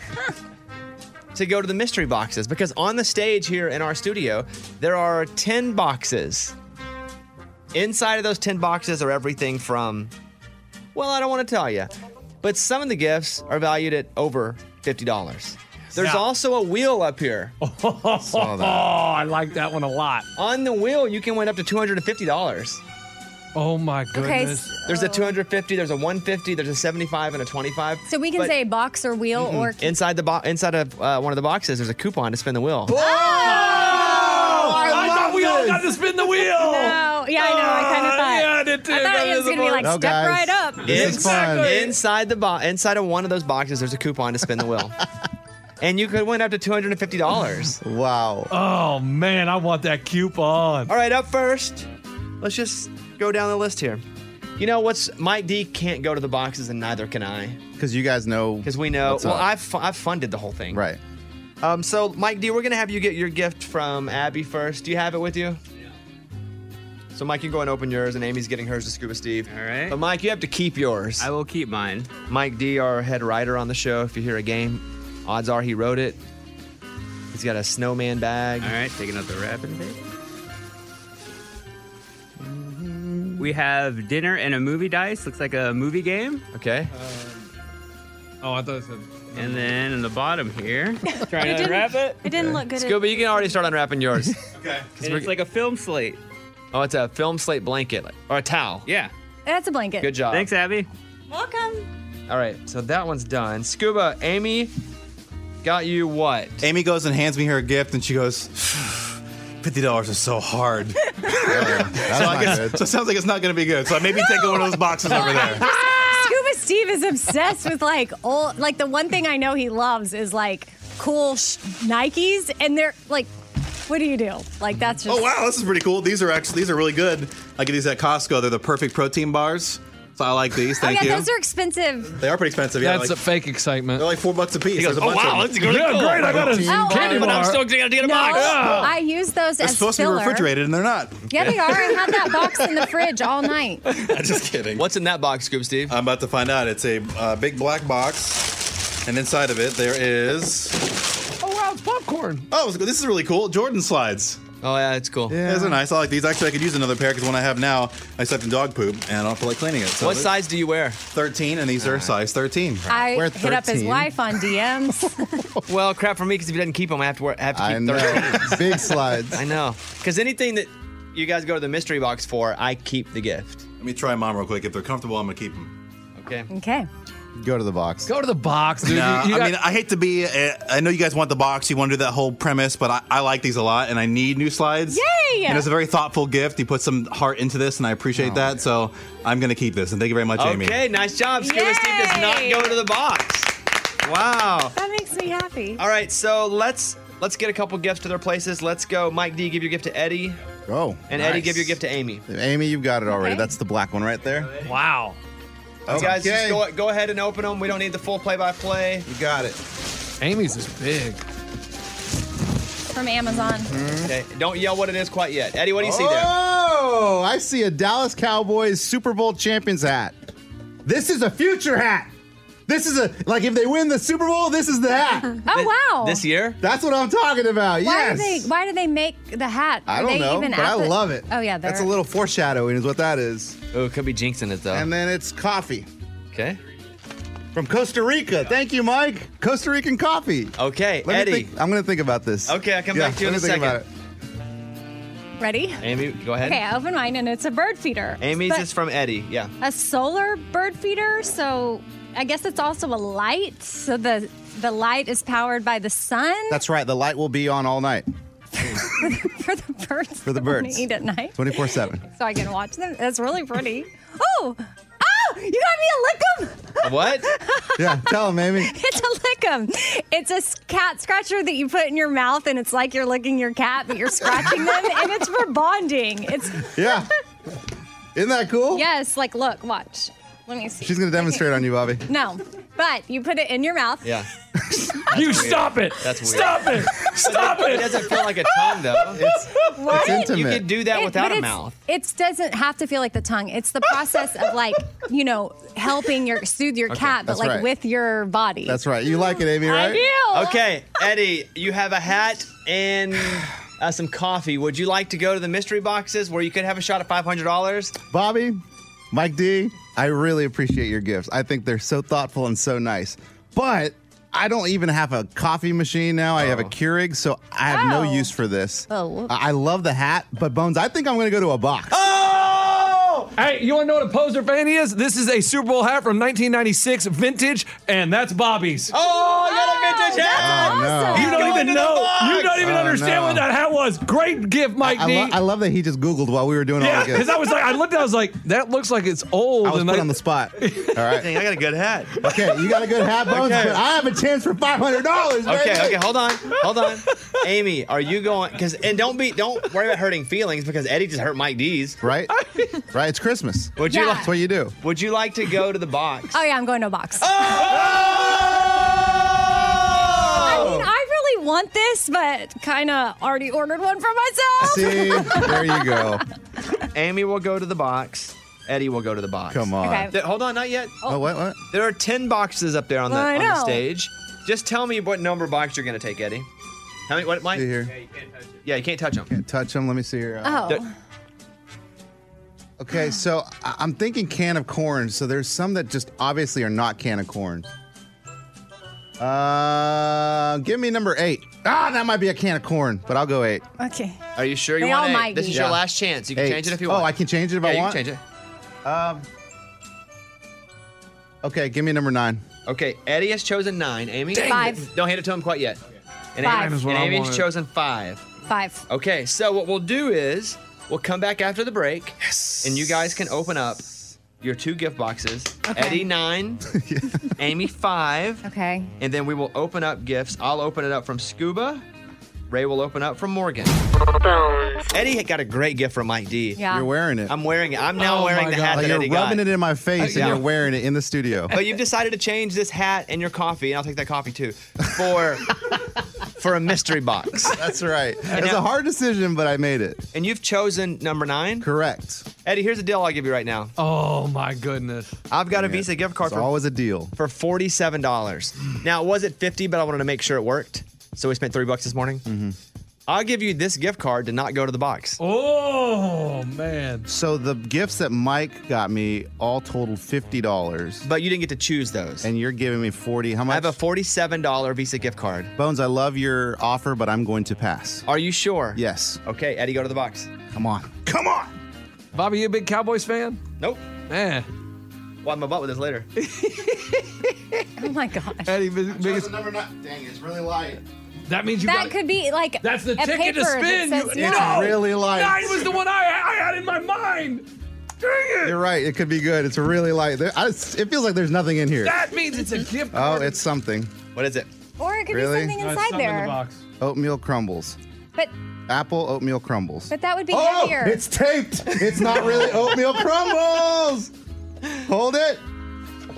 [SPEAKER 1] to go to the mystery boxes because on the stage here in our studio, there are 10 boxes. Inside of those 10 boxes are everything from, well, I don't want to tell you, but some of the gifts are valued at over $50. There's also a wheel up here.
[SPEAKER 4] Saw
[SPEAKER 5] Oh,
[SPEAKER 4] that.
[SPEAKER 5] I like that one a lot.
[SPEAKER 1] On the wheel, you can win up to $250.
[SPEAKER 5] Oh my
[SPEAKER 3] Okay,
[SPEAKER 5] goodness.
[SPEAKER 3] s-
[SPEAKER 1] There's a 250, there's a 150, there's a 75 and a 25.
[SPEAKER 3] so we can
[SPEAKER 1] But
[SPEAKER 3] say box or wheel or
[SPEAKER 1] inside the bo- inside of uh, one of the boxes, there's a coupon to spin the wheel.
[SPEAKER 11] Oh!
[SPEAKER 5] I,
[SPEAKER 3] Oh,
[SPEAKER 5] thought we all got to spin the wheel. Ah,
[SPEAKER 3] no. Oh, Yeah, I know. I kind of thought.
[SPEAKER 5] Oh, yeah, I did too.
[SPEAKER 3] I thought it was gonna be like
[SPEAKER 4] No,
[SPEAKER 3] step
[SPEAKER 4] guys.
[SPEAKER 3] right up.
[SPEAKER 4] This is fun.
[SPEAKER 1] Inside the bo- inside of one of those boxes, there's a coupon to spin the wheel, and you could win up to two hundred and fifty dollars.
[SPEAKER 4] Wow.
[SPEAKER 11] Uh,
[SPEAKER 5] Oh man, I want that coupon.
[SPEAKER 1] All right, up first, let's just go down the list here. You know what's Mike D can't go to the boxes, and neither can I,
[SPEAKER 4] Because you guys know.
[SPEAKER 1] because we know.
[SPEAKER 4] what's
[SPEAKER 1] well,
[SPEAKER 4] up.
[SPEAKER 1] I've fu- I've funded the whole thing.
[SPEAKER 4] Right.
[SPEAKER 1] Um. So, Mike D, we're gonna have you get your gift from Abby first. Do you have it with you? So, Mike, you go and open yours, and Amy's getting hers to Scuba Steve.
[SPEAKER 12] All right.
[SPEAKER 1] But, Mike, you have to keep yours.
[SPEAKER 12] I will keep mine.
[SPEAKER 1] Mike D, our head writer on the show. If you hear a game, odds are he wrote it. He's got a snowman bag.
[SPEAKER 12] All right, taking out the wrapping paper. We have dinner and a movie dice. Looks like a movie game.
[SPEAKER 1] Okay.
[SPEAKER 5] Oh, I thought it said.
[SPEAKER 12] And then in the bottom here, trying to
[SPEAKER 7] didn't-
[SPEAKER 12] unwrap it.
[SPEAKER 7] It didn't look good.
[SPEAKER 1] Scooby, you can already start unwrapping yours.
[SPEAKER 12] And it's like a film slate.
[SPEAKER 1] oh, it's a film slate blanket like- or a towel.
[SPEAKER 12] Yeah.
[SPEAKER 3] That's a blanket.
[SPEAKER 1] Good job.
[SPEAKER 12] Thanks, Abby.
[SPEAKER 7] Welcome.
[SPEAKER 1] All right. So that one's done. Scuba, Amy got you what?
[SPEAKER 11] Amy goes and hands me her gift, and she goes, $50 is so hard.
[SPEAKER 4] That's not good.
[SPEAKER 11] so it sounds like it's not going to be good. So maybe take one of those boxes over there.
[SPEAKER 3] Scuba Steve is obsessed with like old, like the one thing I know he loves is like cool sh- Nikes, and they're like, what do you do? Like that's just
[SPEAKER 11] Oh, wow, this is pretty cool. These are actually, these are really good. I get these at Costco. They're the perfect protein bars. So I like these.
[SPEAKER 3] Oh
[SPEAKER 11] Thank
[SPEAKER 3] yeah,
[SPEAKER 11] you.
[SPEAKER 3] those are expensive.
[SPEAKER 11] they are pretty expensive. Yeah,
[SPEAKER 5] That's
[SPEAKER 11] like,
[SPEAKER 5] a fake excitement.
[SPEAKER 11] they're like four bucks a piece. There's "Oh, a bunch of them.
[SPEAKER 5] yeah, great. I got a
[SPEAKER 3] Oh, I-
[SPEAKER 5] candy
[SPEAKER 3] but
[SPEAKER 5] bar.
[SPEAKER 3] No, I use those
[SPEAKER 11] They're
[SPEAKER 3] as
[SPEAKER 11] supposed to
[SPEAKER 3] filler.
[SPEAKER 11] be refrigerated, and they're not.
[SPEAKER 3] Yeah, they are. I had that box in the fridge all night.
[SPEAKER 11] I'm just kidding.
[SPEAKER 1] What's in that box, Scuba
[SPEAKER 4] Uh,
[SPEAKER 1] Steve?
[SPEAKER 11] I'm about to find out. It's a uh, big black box, and inside of it there is
[SPEAKER 5] Oh, wow, it's popcorn.
[SPEAKER 11] Oh, this is really cool. Jordan slides.
[SPEAKER 1] Oh yeah, it's cool.
[SPEAKER 11] Yeah, those are nice. I like these. Actually, I could use another pair because the one I have now, I slept in dog poop and I don't feel like cleaning it. So
[SPEAKER 1] What
[SPEAKER 11] they're-
[SPEAKER 1] size do you wear?
[SPEAKER 11] Thirteen, and these are size thirteen.
[SPEAKER 3] I hit up his wife on DMs.
[SPEAKER 1] Well, crap for me because if he doesn't keep them, I have to wear, I have to keep
[SPEAKER 4] I know. Big slides.
[SPEAKER 1] I know. Because anything that you guys go to the mystery box for, I keep the gift.
[SPEAKER 11] Let me try mom real quick. If they're comfortable, I'm gonna keep them.
[SPEAKER 1] Okay.
[SPEAKER 3] okay.
[SPEAKER 4] Go to the box.
[SPEAKER 5] Go to the box, dude.
[SPEAKER 11] Nah,
[SPEAKER 5] You- you
[SPEAKER 11] I
[SPEAKER 5] got-
[SPEAKER 11] mean, I hate to be. uh, I know you guys want the box. You want to do that whole premise, but I, I like these a lot, and I need new slides.
[SPEAKER 3] Yay!
[SPEAKER 11] And it's a very thoughtful gift. He put some heart into this, and I
[SPEAKER 4] Oh,
[SPEAKER 11] appreciate that. So I'm gonna keep this, and thank you very much, Amy.
[SPEAKER 1] Okay, nice job. Scuba Steve does not
[SPEAKER 3] Yay!
[SPEAKER 1] go to the box. Wow.
[SPEAKER 3] That makes me happy.
[SPEAKER 1] All right, so let's let's get a couple gifts to their places. Let's go. Mike D, give your gift to Eddie,
[SPEAKER 4] Oh,
[SPEAKER 1] and Eddie, give your gift to Amy.
[SPEAKER 4] Amy, you've got it already. That's the black one right there.
[SPEAKER 5] Wow.
[SPEAKER 1] You guys, just go, go ahead and open them. We don't need the full play-by-play.
[SPEAKER 4] You got it.
[SPEAKER 5] Amy's is big.
[SPEAKER 3] From Amazon.
[SPEAKER 1] Okay, don't yell what it is quite yet. Eddie, what do you see there?
[SPEAKER 4] Oh, I see a Dallas Cowboys Super Bowl champions hat. This is a future hat. This is a like if they win the Super Bowl, this is the hat.
[SPEAKER 3] Oh, wow.
[SPEAKER 1] This year?
[SPEAKER 4] That's what I'm talking about.
[SPEAKER 3] why
[SPEAKER 4] yes.
[SPEAKER 3] do they why do they make the hat?
[SPEAKER 4] I
[SPEAKER 3] Are
[SPEAKER 4] don't
[SPEAKER 3] they
[SPEAKER 4] know,
[SPEAKER 3] even
[SPEAKER 4] but
[SPEAKER 3] at
[SPEAKER 4] I
[SPEAKER 3] the-
[SPEAKER 4] love it.
[SPEAKER 3] Oh yeah, they're-
[SPEAKER 4] that's a little foreshadowing, is what that is.
[SPEAKER 1] Oh, it could be jinxing it though.
[SPEAKER 4] And then it's coffee
[SPEAKER 1] okay.
[SPEAKER 4] from Costa Rica. Thank you, Mike. Costa Rican coffee.
[SPEAKER 1] Okay,
[SPEAKER 4] Let
[SPEAKER 1] Oh, Eddie.
[SPEAKER 4] me think. I'm gonna think about this.
[SPEAKER 1] Okay, I'll come
[SPEAKER 4] Yeah,
[SPEAKER 1] back to you
[SPEAKER 4] let
[SPEAKER 1] in a
[SPEAKER 4] me think
[SPEAKER 1] second.
[SPEAKER 4] about it.
[SPEAKER 3] ready.
[SPEAKER 1] Amy, go ahead.
[SPEAKER 3] Okay, I open mine and it's a bird feeder.
[SPEAKER 1] Amy's
[SPEAKER 3] But
[SPEAKER 1] is from Eddie. Yeah.
[SPEAKER 3] a solar bird feeder, so I guess it's also a light. So the the light is powered by the sun
[SPEAKER 4] That's right. The light will be on all night,
[SPEAKER 3] for the birds.
[SPEAKER 4] For the
[SPEAKER 3] that wanna
[SPEAKER 4] birds.
[SPEAKER 3] eat at night,
[SPEAKER 4] 24 seven.
[SPEAKER 3] so I can watch them. That's really pretty. Oh, oh, you got me a lickum.
[SPEAKER 1] What?
[SPEAKER 4] Yeah, tell him, Amy.
[SPEAKER 3] It's a lickum. It's a s- cat scratcher that you put in your mouth, and it's like you're licking your cat, but you're scratching them, and it's for bonding. It's
[SPEAKER 4] Yeah. Isn't that cool?
[SPEAKER 3] yes, like look, watch. Let me see.
[SPEAKER 4] She's gonna demonstrate on you, Bobby.
[SPEAKER 3] No, but you put it in your mouth.
[SPEAKER 1] Yeah.
[SPEAKER 5] you stop it.
[SPEAKER 1] That's weird.
[SPEAKER 5] Stop it. Stop
[SPEAKER 1] It
[SPEAKER 5] it.
[SPEAKER 1] doesn't feel like a tongue though.
[SPEAKER 3] What?
[SPEAKER 4] It's intimate.
[SPEAKER 1] you could do that
[SPEAKER 3] It-
[SPEAKER 1] without
[SPEAKER 3] but
[SPEAKER 1] a
[SPEAKER 3] it's-
[SPEAKER 1] mouth.
[SPEAKER 3] It doesn't have to feel like the tongue. It's the process of like you know helping your soothe your cat, but
[SPEAKER 4] that's
[SPEAKER 3] like
[SPEAKER 4] right.
[SPEAKER 3] with your body.
[SPEAKER 4] That's right. You like it, Amy, right?
[SPEAKER 3] I do.
[SPEAKER 1] Okay, Eddie, you have a hat and uh, some coffee. Would you like to go to the mystery boxes where you could have a shot at five hundred dollars?
[SPEAKER 4] Bobby, Mike D, I really appreciate your gifts. I think they're so thoughtful and so nice. But I don't even have a coffee machine now. I
[SPEAKER 1] Oh.
[SPEAKER 4] have a Keurig, so I have
[SPEAKER 3] Oh.
[SPEAKER 4] no use for this.
[SPEAKER 3] Oh, whoops.
[SPEAKER 4] I I love the hat, but Bones, I think I'm going to go to a box.
[SPEAKER 1] Oh,
[SPEAKER 5] Hey, you want to know what a poser fan is? This is a Super Bowl hat from 1996, vintage, and that's Bobby's.
[SPEAKER 1] Oh, you got a vintage hat!
[SPEAKER 4] Oh, no.
[SPEAKER 5] you don't even know. You don't even
[SPEAKER 4] Oh,
[SPEAKER 5] understand
[SPEAKER 4] no.
[SPEAKER 5] what that hat was. Great gift, Mike
[SPEAKER 4] I,
[SPEAKER 5] D.
[SPEAKER 4] lo- I love that he just Googled while we were doing all
[SPEAKER 5] yeah,
[SPEAKER 4] the
[SPEAKER 5] because
[SPEAKER 4] gifts.
[SPEAKER 5] I was like, I looked, at it, I was like, that looks like it's old.
[SPEAKER 4] I was
[SPEAKER 5] and
[SPEAKER 4] put
[SPEAKER 5] like,
[SPEAKER 4] on the spot. All right.
[SPEAKER 1] Dang, I got a good hat.
[SPEAKER 4] Okay, you got a good hat, Bones,
[SPEAKER 1] Okay.
[SPEAKER 4] but I have a chance for $500, baby.
[SPEAKER 1] Okay, okay, hold on, hold on. Amy, are you going? Because and don't be, don't worry about hurting feelings because Eddie just hurt Mike D's.
[SPEAKER 4] Right? right? It's Christmas.
[SPEAKER 1] Would you
[SPEAKER 3] Yeah.
[SPEAKER 1] like?
[SPEAKER 4] That's what you do.
[SPEAKER 1] Would you like to go to the box?
[SPEAKER 3] Oh yeah, I'm going to a box. Oh! I mean, I really want this, but kind of already ordered one for myself.
[SPEAKER 4] See, there you go.
[SPEAKER 1] Amy will go to the box. Eddie will go to the box.
[SPEAKER 4] Come on.
[SPEAKER 3] Okay.
[SPEAKER 1] Th- hold on, not yet.
[SPEAKER 4] Oh, what? What?
[SPEAKER 1] There are 10 boxes up there on the,
[SPEAKER 3] I
[SPEAKER 1] on the
[SPEAKER 3] know.
[SPEAKER 1] stage. Just tell me what number box you're going to take, Eddie. How many? What, Mike?
[SPEAKER 4] See here.
[SPEAKER 1] Yeah, you can't touch them.
[SPEAKER 4] Touch them. Let me see here.
[SPEAKER 3] Oh,
[SPEAKER 1] There-
[SPEAKER 4] Okay, so I- I'm thinking can of corn. So there's some that just obviously are not can of corn. Uh, give me number eight. Ah, that might be a can of corn, but I'll go eight.
[SPEAKER 3] okay.
[SPEAKER 1] Are you sure you
[SPEAKER 3] They
[SPEAKER 1] want
[SPEAKER 3] all
[SPEAKER 1] eight?
[SPEAKER 3] might
[SPEAKER 1] This
[SPEAKER 3] be.
[SPEAKER 1] is
[SPEAKER 4] Yeah.
[SPEAKER 1] your last chance. You can
[SPEAKER 4] Eight.
[SPEAKER 1] change it if you want.
[SPEAKER 4] Oh, I can change it if
[SPEAKER 1] Yeah,
[SPEAKER 4] I
[SPEAKER 1] you
[SPEAKER 4] want.
[SPEAKER 1] can change it.
[SPEAKER 4] Okay, give me number nine.
[SPEAKER 1] Okay, Eddie has chosen nine. Amy,
[SPEAKER 3] Five.
[SPEAKER 1] Don't hand it to him quite yet.
[SPEAKER 3] Five.
[SPEAKER 1] And
[SPEAKER 5] Nine
[SPEAKER 1] Amy,
[SPEAKER 5] is what
[SPEAKER 1] and
[SPEAKER 5] I
[SPEAKER 1] Amy's
[SPEAKER 5] wanted.
[SPEAKER 1] chosen five.
[SPEAKER 3] Five.
[SPEAKER 1] Okay, so what we'll do is we'll come back after the break, and you guys can open up your two gift boxes.
[SPEAKER 3] Okay.
[SPEAKER 1] Eddie nine, Amy five.
[SPEAKER 3] Okay.
[SPEAKER 1] and then we will open up gifts. I'll open it up from Scuba. Ray will open up from Morgan. Eddie got a great gift from Mike D.
[SPEAKER 3] Yeah.
[SPEAKER 4] You're wearing it.
[SPEAKER 1] I'm wearing it. I'm now
[SPEAKER 5] Oh
[SPEAKER 1] wearing
[SPEAKER 5] my
[SPEAKER 1] the
[SPEAKER 5] God.
[SPEAKER 1] hat
[SPEAKER 4] Like,
[SPEAKER 1] that
[SPEAKER 4] you're
[SPEAKER 1] Eddie
[SPEAKER 4] rubbing
[SPEAKER 1] got.
[SPEAKER 4] it in my face,
[SPEAKER 1] Yeah.
[SPEAKER 4] and you're wearing it in the studio.
[SPEAKER 1] But you've decided to change this hat and your coffee, and I'll take that coffee too, for for a mystery box.
[SPEAKER 4] That's right. It's
[SPEAKER 1] now-
[SPEAKER 4] a hard decision, but I made it.
[SPEAKER 1] And you've chosen number nine.
[SPEAKER 4] Correct.
[SPEAKER 1] Eddie, here's the deal I'll give you right now.
[SPEAKER 5] oh my goodness.
[SPEAKER 1] I've got a Visa gift card
[SPEAKER 4] It's
[SPEAKER 1] for
[SPEAKER 4] always a deal.
[SPEAKER 1] for forty-seven dollars. Now it was at fifty, but I wanted to make sure it worked. So we spent three bucks this morning. Mm-hmm. I'll give you this gift card to not go to the box.
[SPEAKER 5] Oh man!
[SPEAKER 4] So the gifts that Mike got me all totaled fifty dollars.
[SPEAKER 1] But you didn't get to choose those.
[SPEAKER 4] And you're giving me forty. How much? I have
[SPEAKER 1] a forty-seven dollar Visa gift card.
[SPEAKER 4] Bones, I love your offer, but I'm going to pass.
[SPEAKER 1] Are you sure?
[SPEAKER 4] Yes.
[SPEAKER 1] Okay, Eddie, go to the box.
[SPEAKER 4] Come on. Come on.
[SPEAKER 5] Bobby, you a big Cowboys fan?
[SPEAKER 1] Nope.
[SPEAKER 5] Man.
[SPEAKER 1] Wipe my butt with this later.
[SPEAKER 3] oh my gosh.
[SPEAKER 5] Eddie, big, biggest.
[SPEAKER 4] number nine. Dang, it's really light.
[SPEAKER 5] That means you
[SPEAKER 3] that
[SPEAKER 5] got.
[SPEAKER 3] could be like
[SPEAKER 5] That's the
[SPEAKER 3] a
[SPEAKER 5] ticket
[SPEAKER 3] paper
[SPEAKER 5] to
[SPEAKER 3] that
[SPEAKER 5] spin.
[SPEAKER 3] says
[SPEAKER 5] you,
[SPEAKER 3] no.
[SPEAKER 5] no!
[SPEAKER 4] Really light.
[SPEAKER 5] Nine was the one I, I had in my mind. Dang it!
[SPEAKER 4] You're right. It could be good. It's really light. There, I, it feels like there's nothing in here.
[SPEAKER 5] That means it's a gift
[SPEAKER 4] Oh,
[SPEAKER 5] card.
[SPEAKER 4] it's something.
[SPEAKER 1] What is it?
[SPEAKER 3] Or it could
[SPEAKER 4] Really?
[SPEAKER 3] be something
[SPEAKER 5] No, it's
[SPEAKER 3] inside
[SPEAKER 5] something in
[SPEAKER 3] there.
[SPEAKER 5] the box.
[SPEAKER 4] Oatmeal crumbles.
[SPEAKER 3] but
[SPEAKER 4] Apple oatmeal crumbles.
[SPEAKER 3] but that would be
[SPEAKER 4] Oh,
[SPEAKER 3] heavier.
[SPEAKER 4] it's taped. It's not really oatmeal crumbles. Hold it.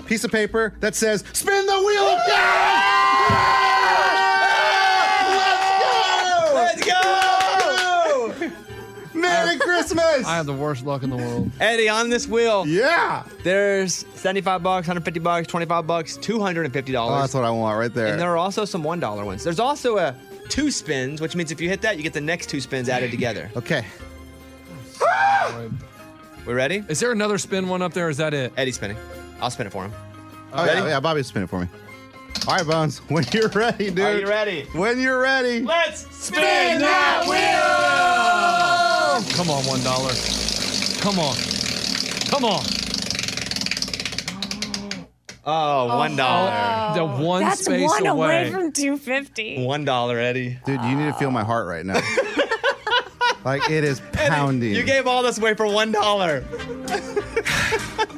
[SPEAKER 4] Piece of paper that says "Spin the wheel of God."
[SPEAKER 1] Let's go!
[SPEAKER 4] Merry Christmas.
[SPEAKER 5] I have the worst luck in the world.
[SPEAKER 1] Eddie, on this wheel,
[SPEAKER 4] yeah.
[SPEAKER 1] there's 75 bucks, 150 bucks, 25 bucks, 250
[SPEAKER 4] Oh,
[SPEAKER 1] dollars.
[SPEAKER 4] that's what I want right there.
[SPEAKER 1] and there are also some one dollar ones. There's also a two spins, which means if you hit that, you get the next two spins added together.
[SPEAKER 4] okay.
[SPEAKER 1] We ready?
[SPEAKER 5] Is there another spin one up there? or Is that it?
[SPEAKER 1] Eddie's spinning. I'll spin it for him.
[SPEAKER 4] Oh, yeah, yeah, Bobby, spin it for me. All right, Bones. When you're ready, dude.
[SPEAKER 1] Are you ready?
[SPEAKER 4] When you're ready.
[SPEAKER 1] Let's spin that
[SPEAKER 5] Come on, one dollar. Come on. Come on.
[SPEAKER 1] Oh, one dollar.
[SPEAKER 5] The one
[SPEAKER 3] That's
[SPEAKER 5] space
[SPEAKER 3] one away,
[SPEAKER 5] away.
[SPEAKER 3] from 250.
[SPEAKER 1] One dollar, Eddie.
[SPEAKER 4] Dude, you need to feel my heart right now. like it is pounding.
[SPEAKER 1] You gave all this away for one dollar.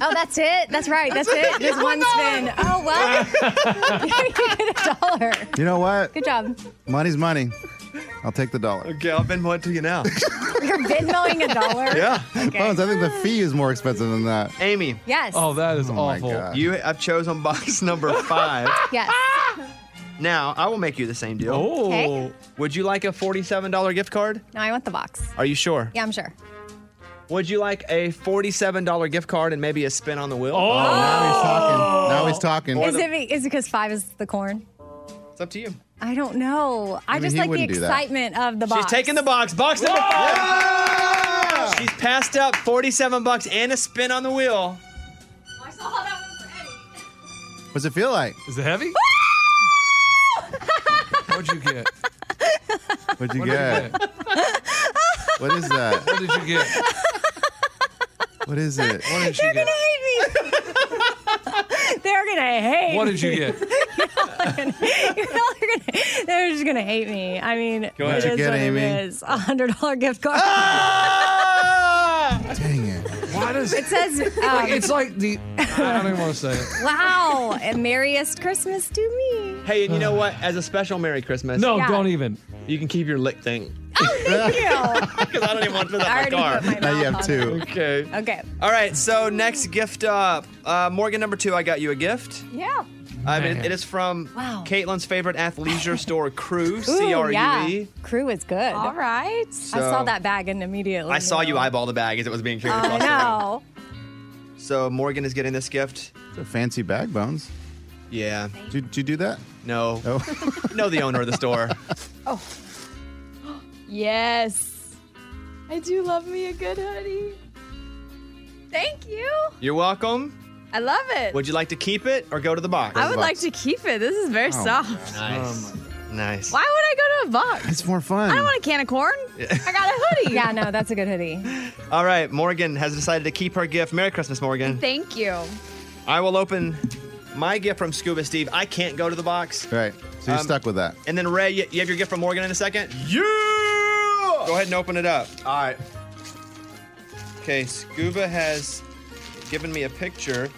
[SPEAKER 3] Oh, that's it. That's right. That's it. Just one spin. Oh well, you get a dollar.
[SPEAKER 4] You know what?
[SPEAKER 3] Good job.
[SPEAKER 4] Money's money. I'll take the dollar.
[SPEAKER 1] Okay, I'll Venmo it to you now.
[SPEAKER 3] You're Venmoing a dollar.
[SPEAKER 1] yeah.
[SPEAKER 4] Bones, I think the fee is more expensive than that.
[SPEAKER 1] Amy,
[SPEAKER 3] Yes.
[SPEAKER 5] Oh, that is
[SPEAKER 4] Oh my
[SPEAKER 5] awful.
[SPEAKER 4] God.
[SPEAKER 1] you I've chosen box number five.
[SPEAKER 3] Yes.
[SPEAKER 1] now I will make you the same deal.
[SPEAKER 5] Oh.
[SPEAKER 3] Okay.
[SPEAKER 1] Would you like a forty-seven dollar gift card?
[SPEAKER 3] No, I want the box.
[SPEAKER 1] Are you sure?
[SPEAKER 3] Yeah, I'm sure.
[SPEAKER 1] Would you like a forty-seven dollar gift card and maybe a spin on the wheel?
[SPEAKER 5] Oh.
[SPEAKER 4] Now he's talking. Now he's
[SPEAKER 3] Is
[SPEAKER 4] talking.
[SPEAKER 3] it be- is it because five is the corn?
[SPEAKER 1] It's up to you.
[SPEAKER 3] I don't know. I,
[SPEAKER 4] mean,
[SPEAKER 3] just
[SPEAKER 4] he
[SPEAKER 3] like the
[SPEAKER 4] wouldn't do that.
[SPEAKER 3] excitement of the box.
[SPEAKER 1] She's taking the box. Box number five. She's passed up 47 bucks and a spin on the wheel.
[SPEAKER 4] What's it feel like?
[SPEAKER 5] Is it heavy? What'd you get?
[SPEAKER 4] What'd you
[SPEAKER 5] What
[SPEAKER 4] get?
[SPEAKER 5] did you get?
[SPEAKER 4] What is that?
[SPEAKER 5] What did you get?
[SPEAKER 4] What is it?
[SPEAKER 5] What did you
[SPEAKER 3] They're
[SPEAKER 5] get?
[SPEAKER 3] gonna hate me. They're gonna hate.
[SPEAKER 5] What did you
[SPEAKER 3] me.
[SPEAKER 5] get?
[SPEAKER 3] You're all gonna, they're just gonna hate me. I mean, Go
[SPEAKER 1] ahead.
[SPEAKER 3] it is
[SPEAKER 4] Get
[SPEAKER 3] what
[SPEAKER 4] Amy. Ah!
[SPEAKER 3] it is. A hundred dollar gift card.
[SPEAKER 1] Ah!
[SPEAKER 4] Dang it.
[SPEAKER 5] Why does
[SPEAKER 3] It says, um,
[SPEAKER 5] It's like the. I don't even want to say it.
[SPEAKER 3] "Wow, and merriest Christmas to me."
[SPEAKER 1] Hey, and you know what? As a special Merry Christmas,
[SPEAKER 5] No,
[SPEAKER 3] Yeah.
[SPEAKER 5] don't even.
[SPEAKER 1] you can keep your lick thing.
[SPEAKER 3] Thank you. I
[SPEAKER 1] Because I don't even want to put that
[SPEAKER 3] already
[SPEAKER 1] in my car.
[SPEAKER 3] put my
[SPEAKER 4] Now you
[SPEAKER 3] mouth
[SPEAKER 4] have
[SPEAKER 3] on it.
[SPEAKER 4] two.
[SPEAKER 1] okay.
[SPEAKER 3] Okay.
[SPEAKER 1] All right, so next gift up. Uh, Morgan, number two, I got you a gift.
[SPEAKER 3] Yeah.
[SPEAKER 1] Um, it, it is from
[SPEAKER 3] Wow.
[SPEAKER 1] Caitlin's favorite athleisure store, Crew, C R U
[SPEAKER 3] yeah.
[SPEAKER 1] E.
[SPEAKER 3] Crew is good.
[SPEAKER 7] All right.
[SPEAKER 3] I saw
[SPEAKER 1] So-
[SPEAKER 3] that bag and immediately.
[SPEAKER 1] I saw you
[SPEAKER 3] knew.
[SPEAKER 1] eyeball the bag as it was being carried
[SPEAKER 3] I
[SPEAKER 1] across the room.
[SPEAKER 3] know.
[SPEAKER 1] So Morgan is getting this gift.
[SPEAKER 4] It's a fancy bag, Bones.
[SPEAKER 1] Yeah.
[SPEAKER 4] Did, did you do that? Oh.
[SPEAKER 1] No.
[SPEAKER 4] No.
[SPEAKER 1] know the owner of the store.
[SPEAKER 7] Yes. I do love me a good hoodie. Thank you.
[SPEAKER 1] You're welcome.
[SPEAKER 7] I love it.
[SPEAKER 1] Would you like to keep it or go to the box?
[SPEAKER 7] I would like to keep it. This is very
[SPEAKER 4] Oh,
[SPEAKER 7] soft.
[SPEAKER 1] nice. nice.
[SPEAKER 7] Why would I go to a box?
[SPEAKER 4] It's more fun.
[SPEAKER 7] I don't want a can of corn. I got a hoodie.
[SPEAKER 3] Yeah, no, that's a good hoodie.
[SPEAKER 1] All right, Morgan has decided to keep her gift. Merry Christmas, Morgan.
[SPEAKER 7] Thank you.
[SPEAKER 1] I will open my gift from Scuba Steve. I can't go to the box. Um,
[SPEAKER 4] Right. So you're stuck with that.
[SPEAKER 1] And then Ray, you, you have your gift from Morgan in a second. Yeah. Go ahead and open it up.
[SPEAKER 4] All right.
[SPEAKER 1] Okay, Scuba has given me a picture,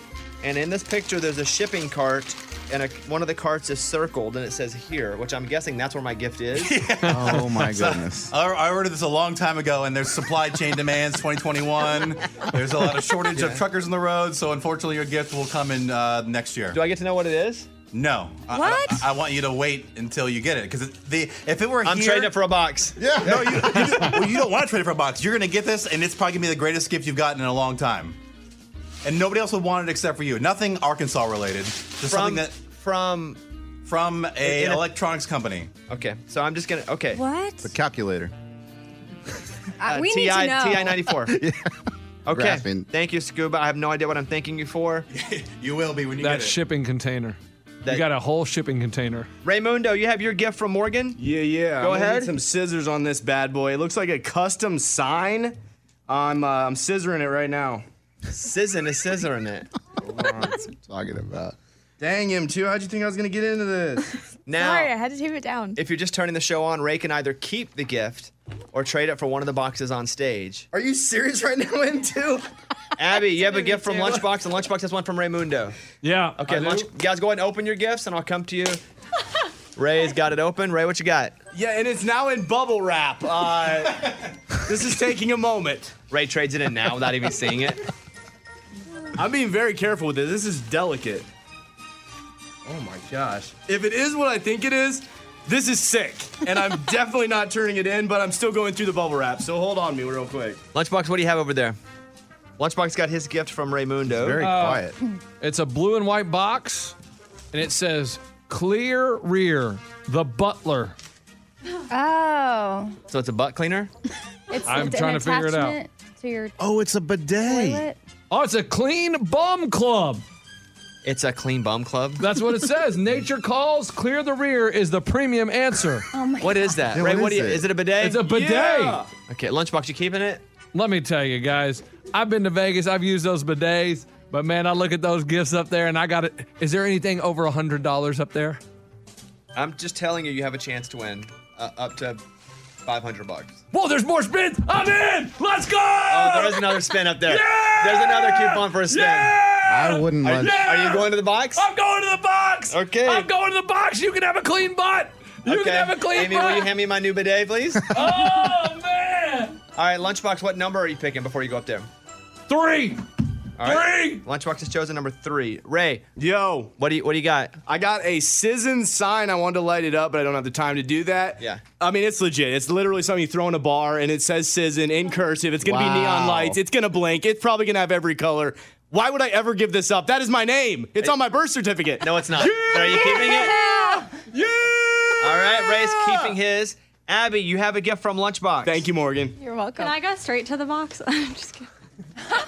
[SPEAKER 1] and in this picture, there's a shipping cart. And a, one of the carts is circled, and it says here, which I'm guessing that's where my gift is.
[SPEAKER 4] Oh my goodness.
[SPEAKER 11] I I ordered this a long time ago, and there's supply chain demands 2021. There's a lot of shortage of truckers on the road, so unfortunately, your gift will come in uh, next year.
[SPEAKER 1] Do I get to know what it is?
[SPEAKER 11] no, I-
[SPEAKER 3] What?
[SPEAKER 11] I, I want you to wait until you get it because the if it were
[SPEAKER 1] I'm
[SPEAKER 11] here,
[SPEAKER 1] trading it for a box.
[SPEAKER 4] Yeah.
[SPEAKER 11] no, you, you, do- well, you don't want to trade it for a box. You're gonna get this, and it's probably gonna be the greatest gift you've gotten in a long time. And nobody else would want it except for you. Nothing Arkansas related. Just
[SPEAKER 1] from
[SPEAKER 11] something that
[SPEAKER 1] from
[SPEAKER 11] from a
[SPEAKER 1] In a-
[SPEAKER 11] electronics company.
[SPEAKER 1] Okay, so I'm just gonna. Okay,
[SPEAKER 3] What?
[SPEAKER 4] It's a calculator.
[SPEAKER 3] Uh, we
[SPEAKER 1] TI,
[SPEAKER 3] need to know.
[SPEAKER 1] TI 94. Okay.
[SPEAKER 4] Graphing.
[SPEAKER 1] Thank you, Scuba. I have no idea what I'm thanking you for.
[SPEAKER 11] you will be when
[SPEAKER 5] That shipping container. you got a whole shipping container.
[SPEAKER 1] Raymundo, you have your gift from Morgan?
[SPEAKER 2] Yeah, yeah.
[SPEAKER 1] Go
[SPEAKER 2] I'm gonna
[SPEAKER 1] ahead.
[SPEAKER 2] get some scissors on this bad boy. It looks like a custom sign. I'm uh, I'm scissoring it right now.
[SPEAKER 1] Scissoring is scissoring it.
[SPEAKER 4] That's what I'm talking about.
[SPEAKER 2] Dang him, too. How'd you think I was gonna get into this?
[SPEAKER 1] Now,
[SPEAKER 7] Sorry, I had to tape it down.
[SPEAKER 1] if you're just turning the show on, Ray can either keep the gift or trade it for one of the boxes on stage.
[SPEAKER 2] Are you serious right now, M2?
[SPEAKER 1] Abby, you have a gift from Lunchbox, and Lunchbox has one from Raymundo.
[SPEAKER 5] Yeah.
[SPEAKER 1] Okay,
[SPEAKER 5] I do.
[SPEAKER 1] lunch, guys, go ahead and open your gifts, and I'll come to you. Ray's got it open. Ray, what you got?
[SPEAKER 2] Yeah, and it's now in bubble wrap. Uh, this is taking a moment.
[SPEAKER 1] Ray trades it in now without even seeing it.
[SPEAKER 2] I'm being very careful with this. This is delicate. Oh my gosh. If it is what I think it is, this is sick. And I'm definitely not turning it in, but I'm still going through the bubble wrap. So hold on me real quick.
[SPEAKER 1] Lunchbox, what do you have over there? Lunchbox got his gift from Raymundo.
[SPEAKER 5] very Uh, quiet. It's a blue and white box, and it says Clear Rear, the butler.
[SPEAKER 3] Oh.
[SPEAKER 1] So it's a butt cleaner?
[SPEAKER 3] It's,
[SPEAKER 5] I'm
[SPEAKER 3] it's
[SPEAKER 5] trying
[SPEAKER 3] an
[SPEAKER 5] to figure it out.
[SPEAKER 3] attachment To your
[SPEAKER 4] Oh, it's a bidet.
[SPEAKER 3] toilet.
[SPEAKER 5] Oh, it's a clean bum club.
[SPEAKER 1] It's a clean bum club.
[SPEAKER 5] That's what it says. Nature calls. Clear the rear is the premium answer.
[SPEAKER 3] Oh my
[SPEAKER 1] What is that?
[SPEAKER 4] Yeah,
[SPEAKER 1] Ray,
[SPEAKER 4] what
[SPEAKER 1] what
[SPEAKER 4] is
[SPEAKER 1] do you,
[SPEAKER 4] it?
[SPEAKER 1] is it a bidet?
[SPEAKER 5] It's a bidet.
[SPEAKER 2] Yeah.
[SPEAKER 1] okay, Lunchbox, you keeping it?
[SPEAKER 5] Let me tell you guys, I've been to Vegas. I've used those bidets, but man, I look at those gifts up there, and I got it. Is there anything over a hundred dollars up there?
[SPEAKER 1] I'm just telling you, you have a chance to win uh, up to 500 bucks.
[SPEAKER 5] Whoa, there's more spins. I'm in. Let's go.
[SPEAKER 1] Oh, there is another spin up there. There's another coupon for a spin.
[SPEAKER 4] I wouldn't
[SPEAKER 1] Are,
[SPEAKER 4] want.
[SPEAKER 1] you,
[SPEAKER 5] Yeah!
[SPEAKER 1] are you going to the box?
[SPEAKER 5] I'm going to the box.
[SPEAKER 1] Okay.
[SPEAKER 5] I'm going to the box. You can have a clean butt. You
[SPEAKER 1] okay.
[SPEAKER 5] can have a clean
[SPEAKER 1] Amy,
[SPEAKER 5] butt.
[SPEAKER 1] will you hand me my new bidet, please? All
[SPEAKER 5] oh man.
[SPEAKER 1] right, Lunchbox, what number are you picking before you go up there?
[SPEAKER 5] Three.
[SPEAKER 1] All right.
[SPEAKER 5] Three.
[SPEAKER 1] Lunchbox has chosen number three. Ray,
[SPEAKER 2] Yo,
[SPEAKER 1] what do you what do you got?
[SPEAKER 2] I got a Sizzon sign. I wanted to light it up, but I don't have the time to do that.
[SPEAKER 1] Yeah.
[SPEAKER 2] I mean, it's legit. It's literally something you throw in a bar and it says Sizzon in cursive. It's going to be neon
[SPEAKER 4] Wow.
[SPEAKER 2] lights. It's going to blink. It's probably going to have every color. Why would I ever give this up? That is my name. It's on my birth certificate.
[SPEAKER 1] No, it's not. Are you keeping it?
[SPEAKER 2] Yeah.
[SPEAKER 1] All right, Ray's keeping his. Abby, you have a gift from Lunchbox.
[SPEAKER 2] Thank you, Morgan.
[SPEAKER 7] You're welcome.
[SPEAKER 10] Can I go straight to the box? I'm just kidding.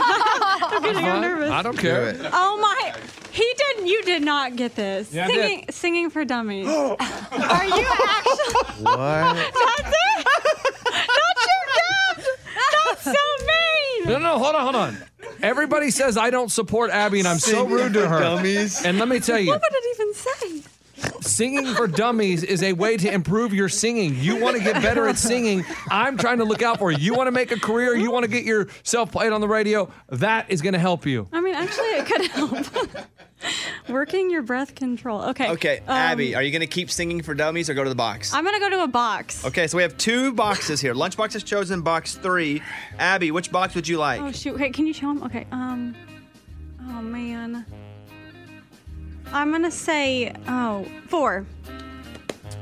[SPEAKER 10] I'm getting nervous.
[SPEAKER 5] I don't
[SPEAKER 4] Do
[SPEAKER 5] care.
[SPEAKER 4] it.
[SPEAKER 10] Oh my! He didn't. You did not get this.
[SPEAKER 5] Yeah, I did.
[SPEAKER 10] singing, singing for dummies. Are you actually?
[SPEAKER 4] What?
[SPEAKER 10] That's it. That's your gift. That's so mean.
[SPEAKER 5] No, no, no, hold on, hold on. Everybody says I don't support Abby, and I'm so rude to her.
[SPEAKER 4] Dummies.
[SPEAKER 5] And let me tell you,
[SPEAKER 10] What would it even say?
[SPEAKER 5] singing for dummies is a way to improve your singing. You want to get better at singing. I'm trying to look out for you. You want to make a career. You want to get yourself played on the radio. That is going to help you.
[SPEAKER 10] I mean, actually, it could help. Working your breath control. Okay.
[SPEAKER 1] Okay,
[SPEAKER 10] um,
[SPEAKER 1] Abby, are you going to keep singing for dummies or go to the box?
[SPEAKER 10] I'm gonna go to a box.
[SPEAKER 1] Okay, so we have two boxes here. Lunchbox has chosen box three. Abby, which box would you like?
[SPEAKER 10] Oh shoot! Wait, can you show him? Okay. Um. Oh man. I'm gonna say oh four.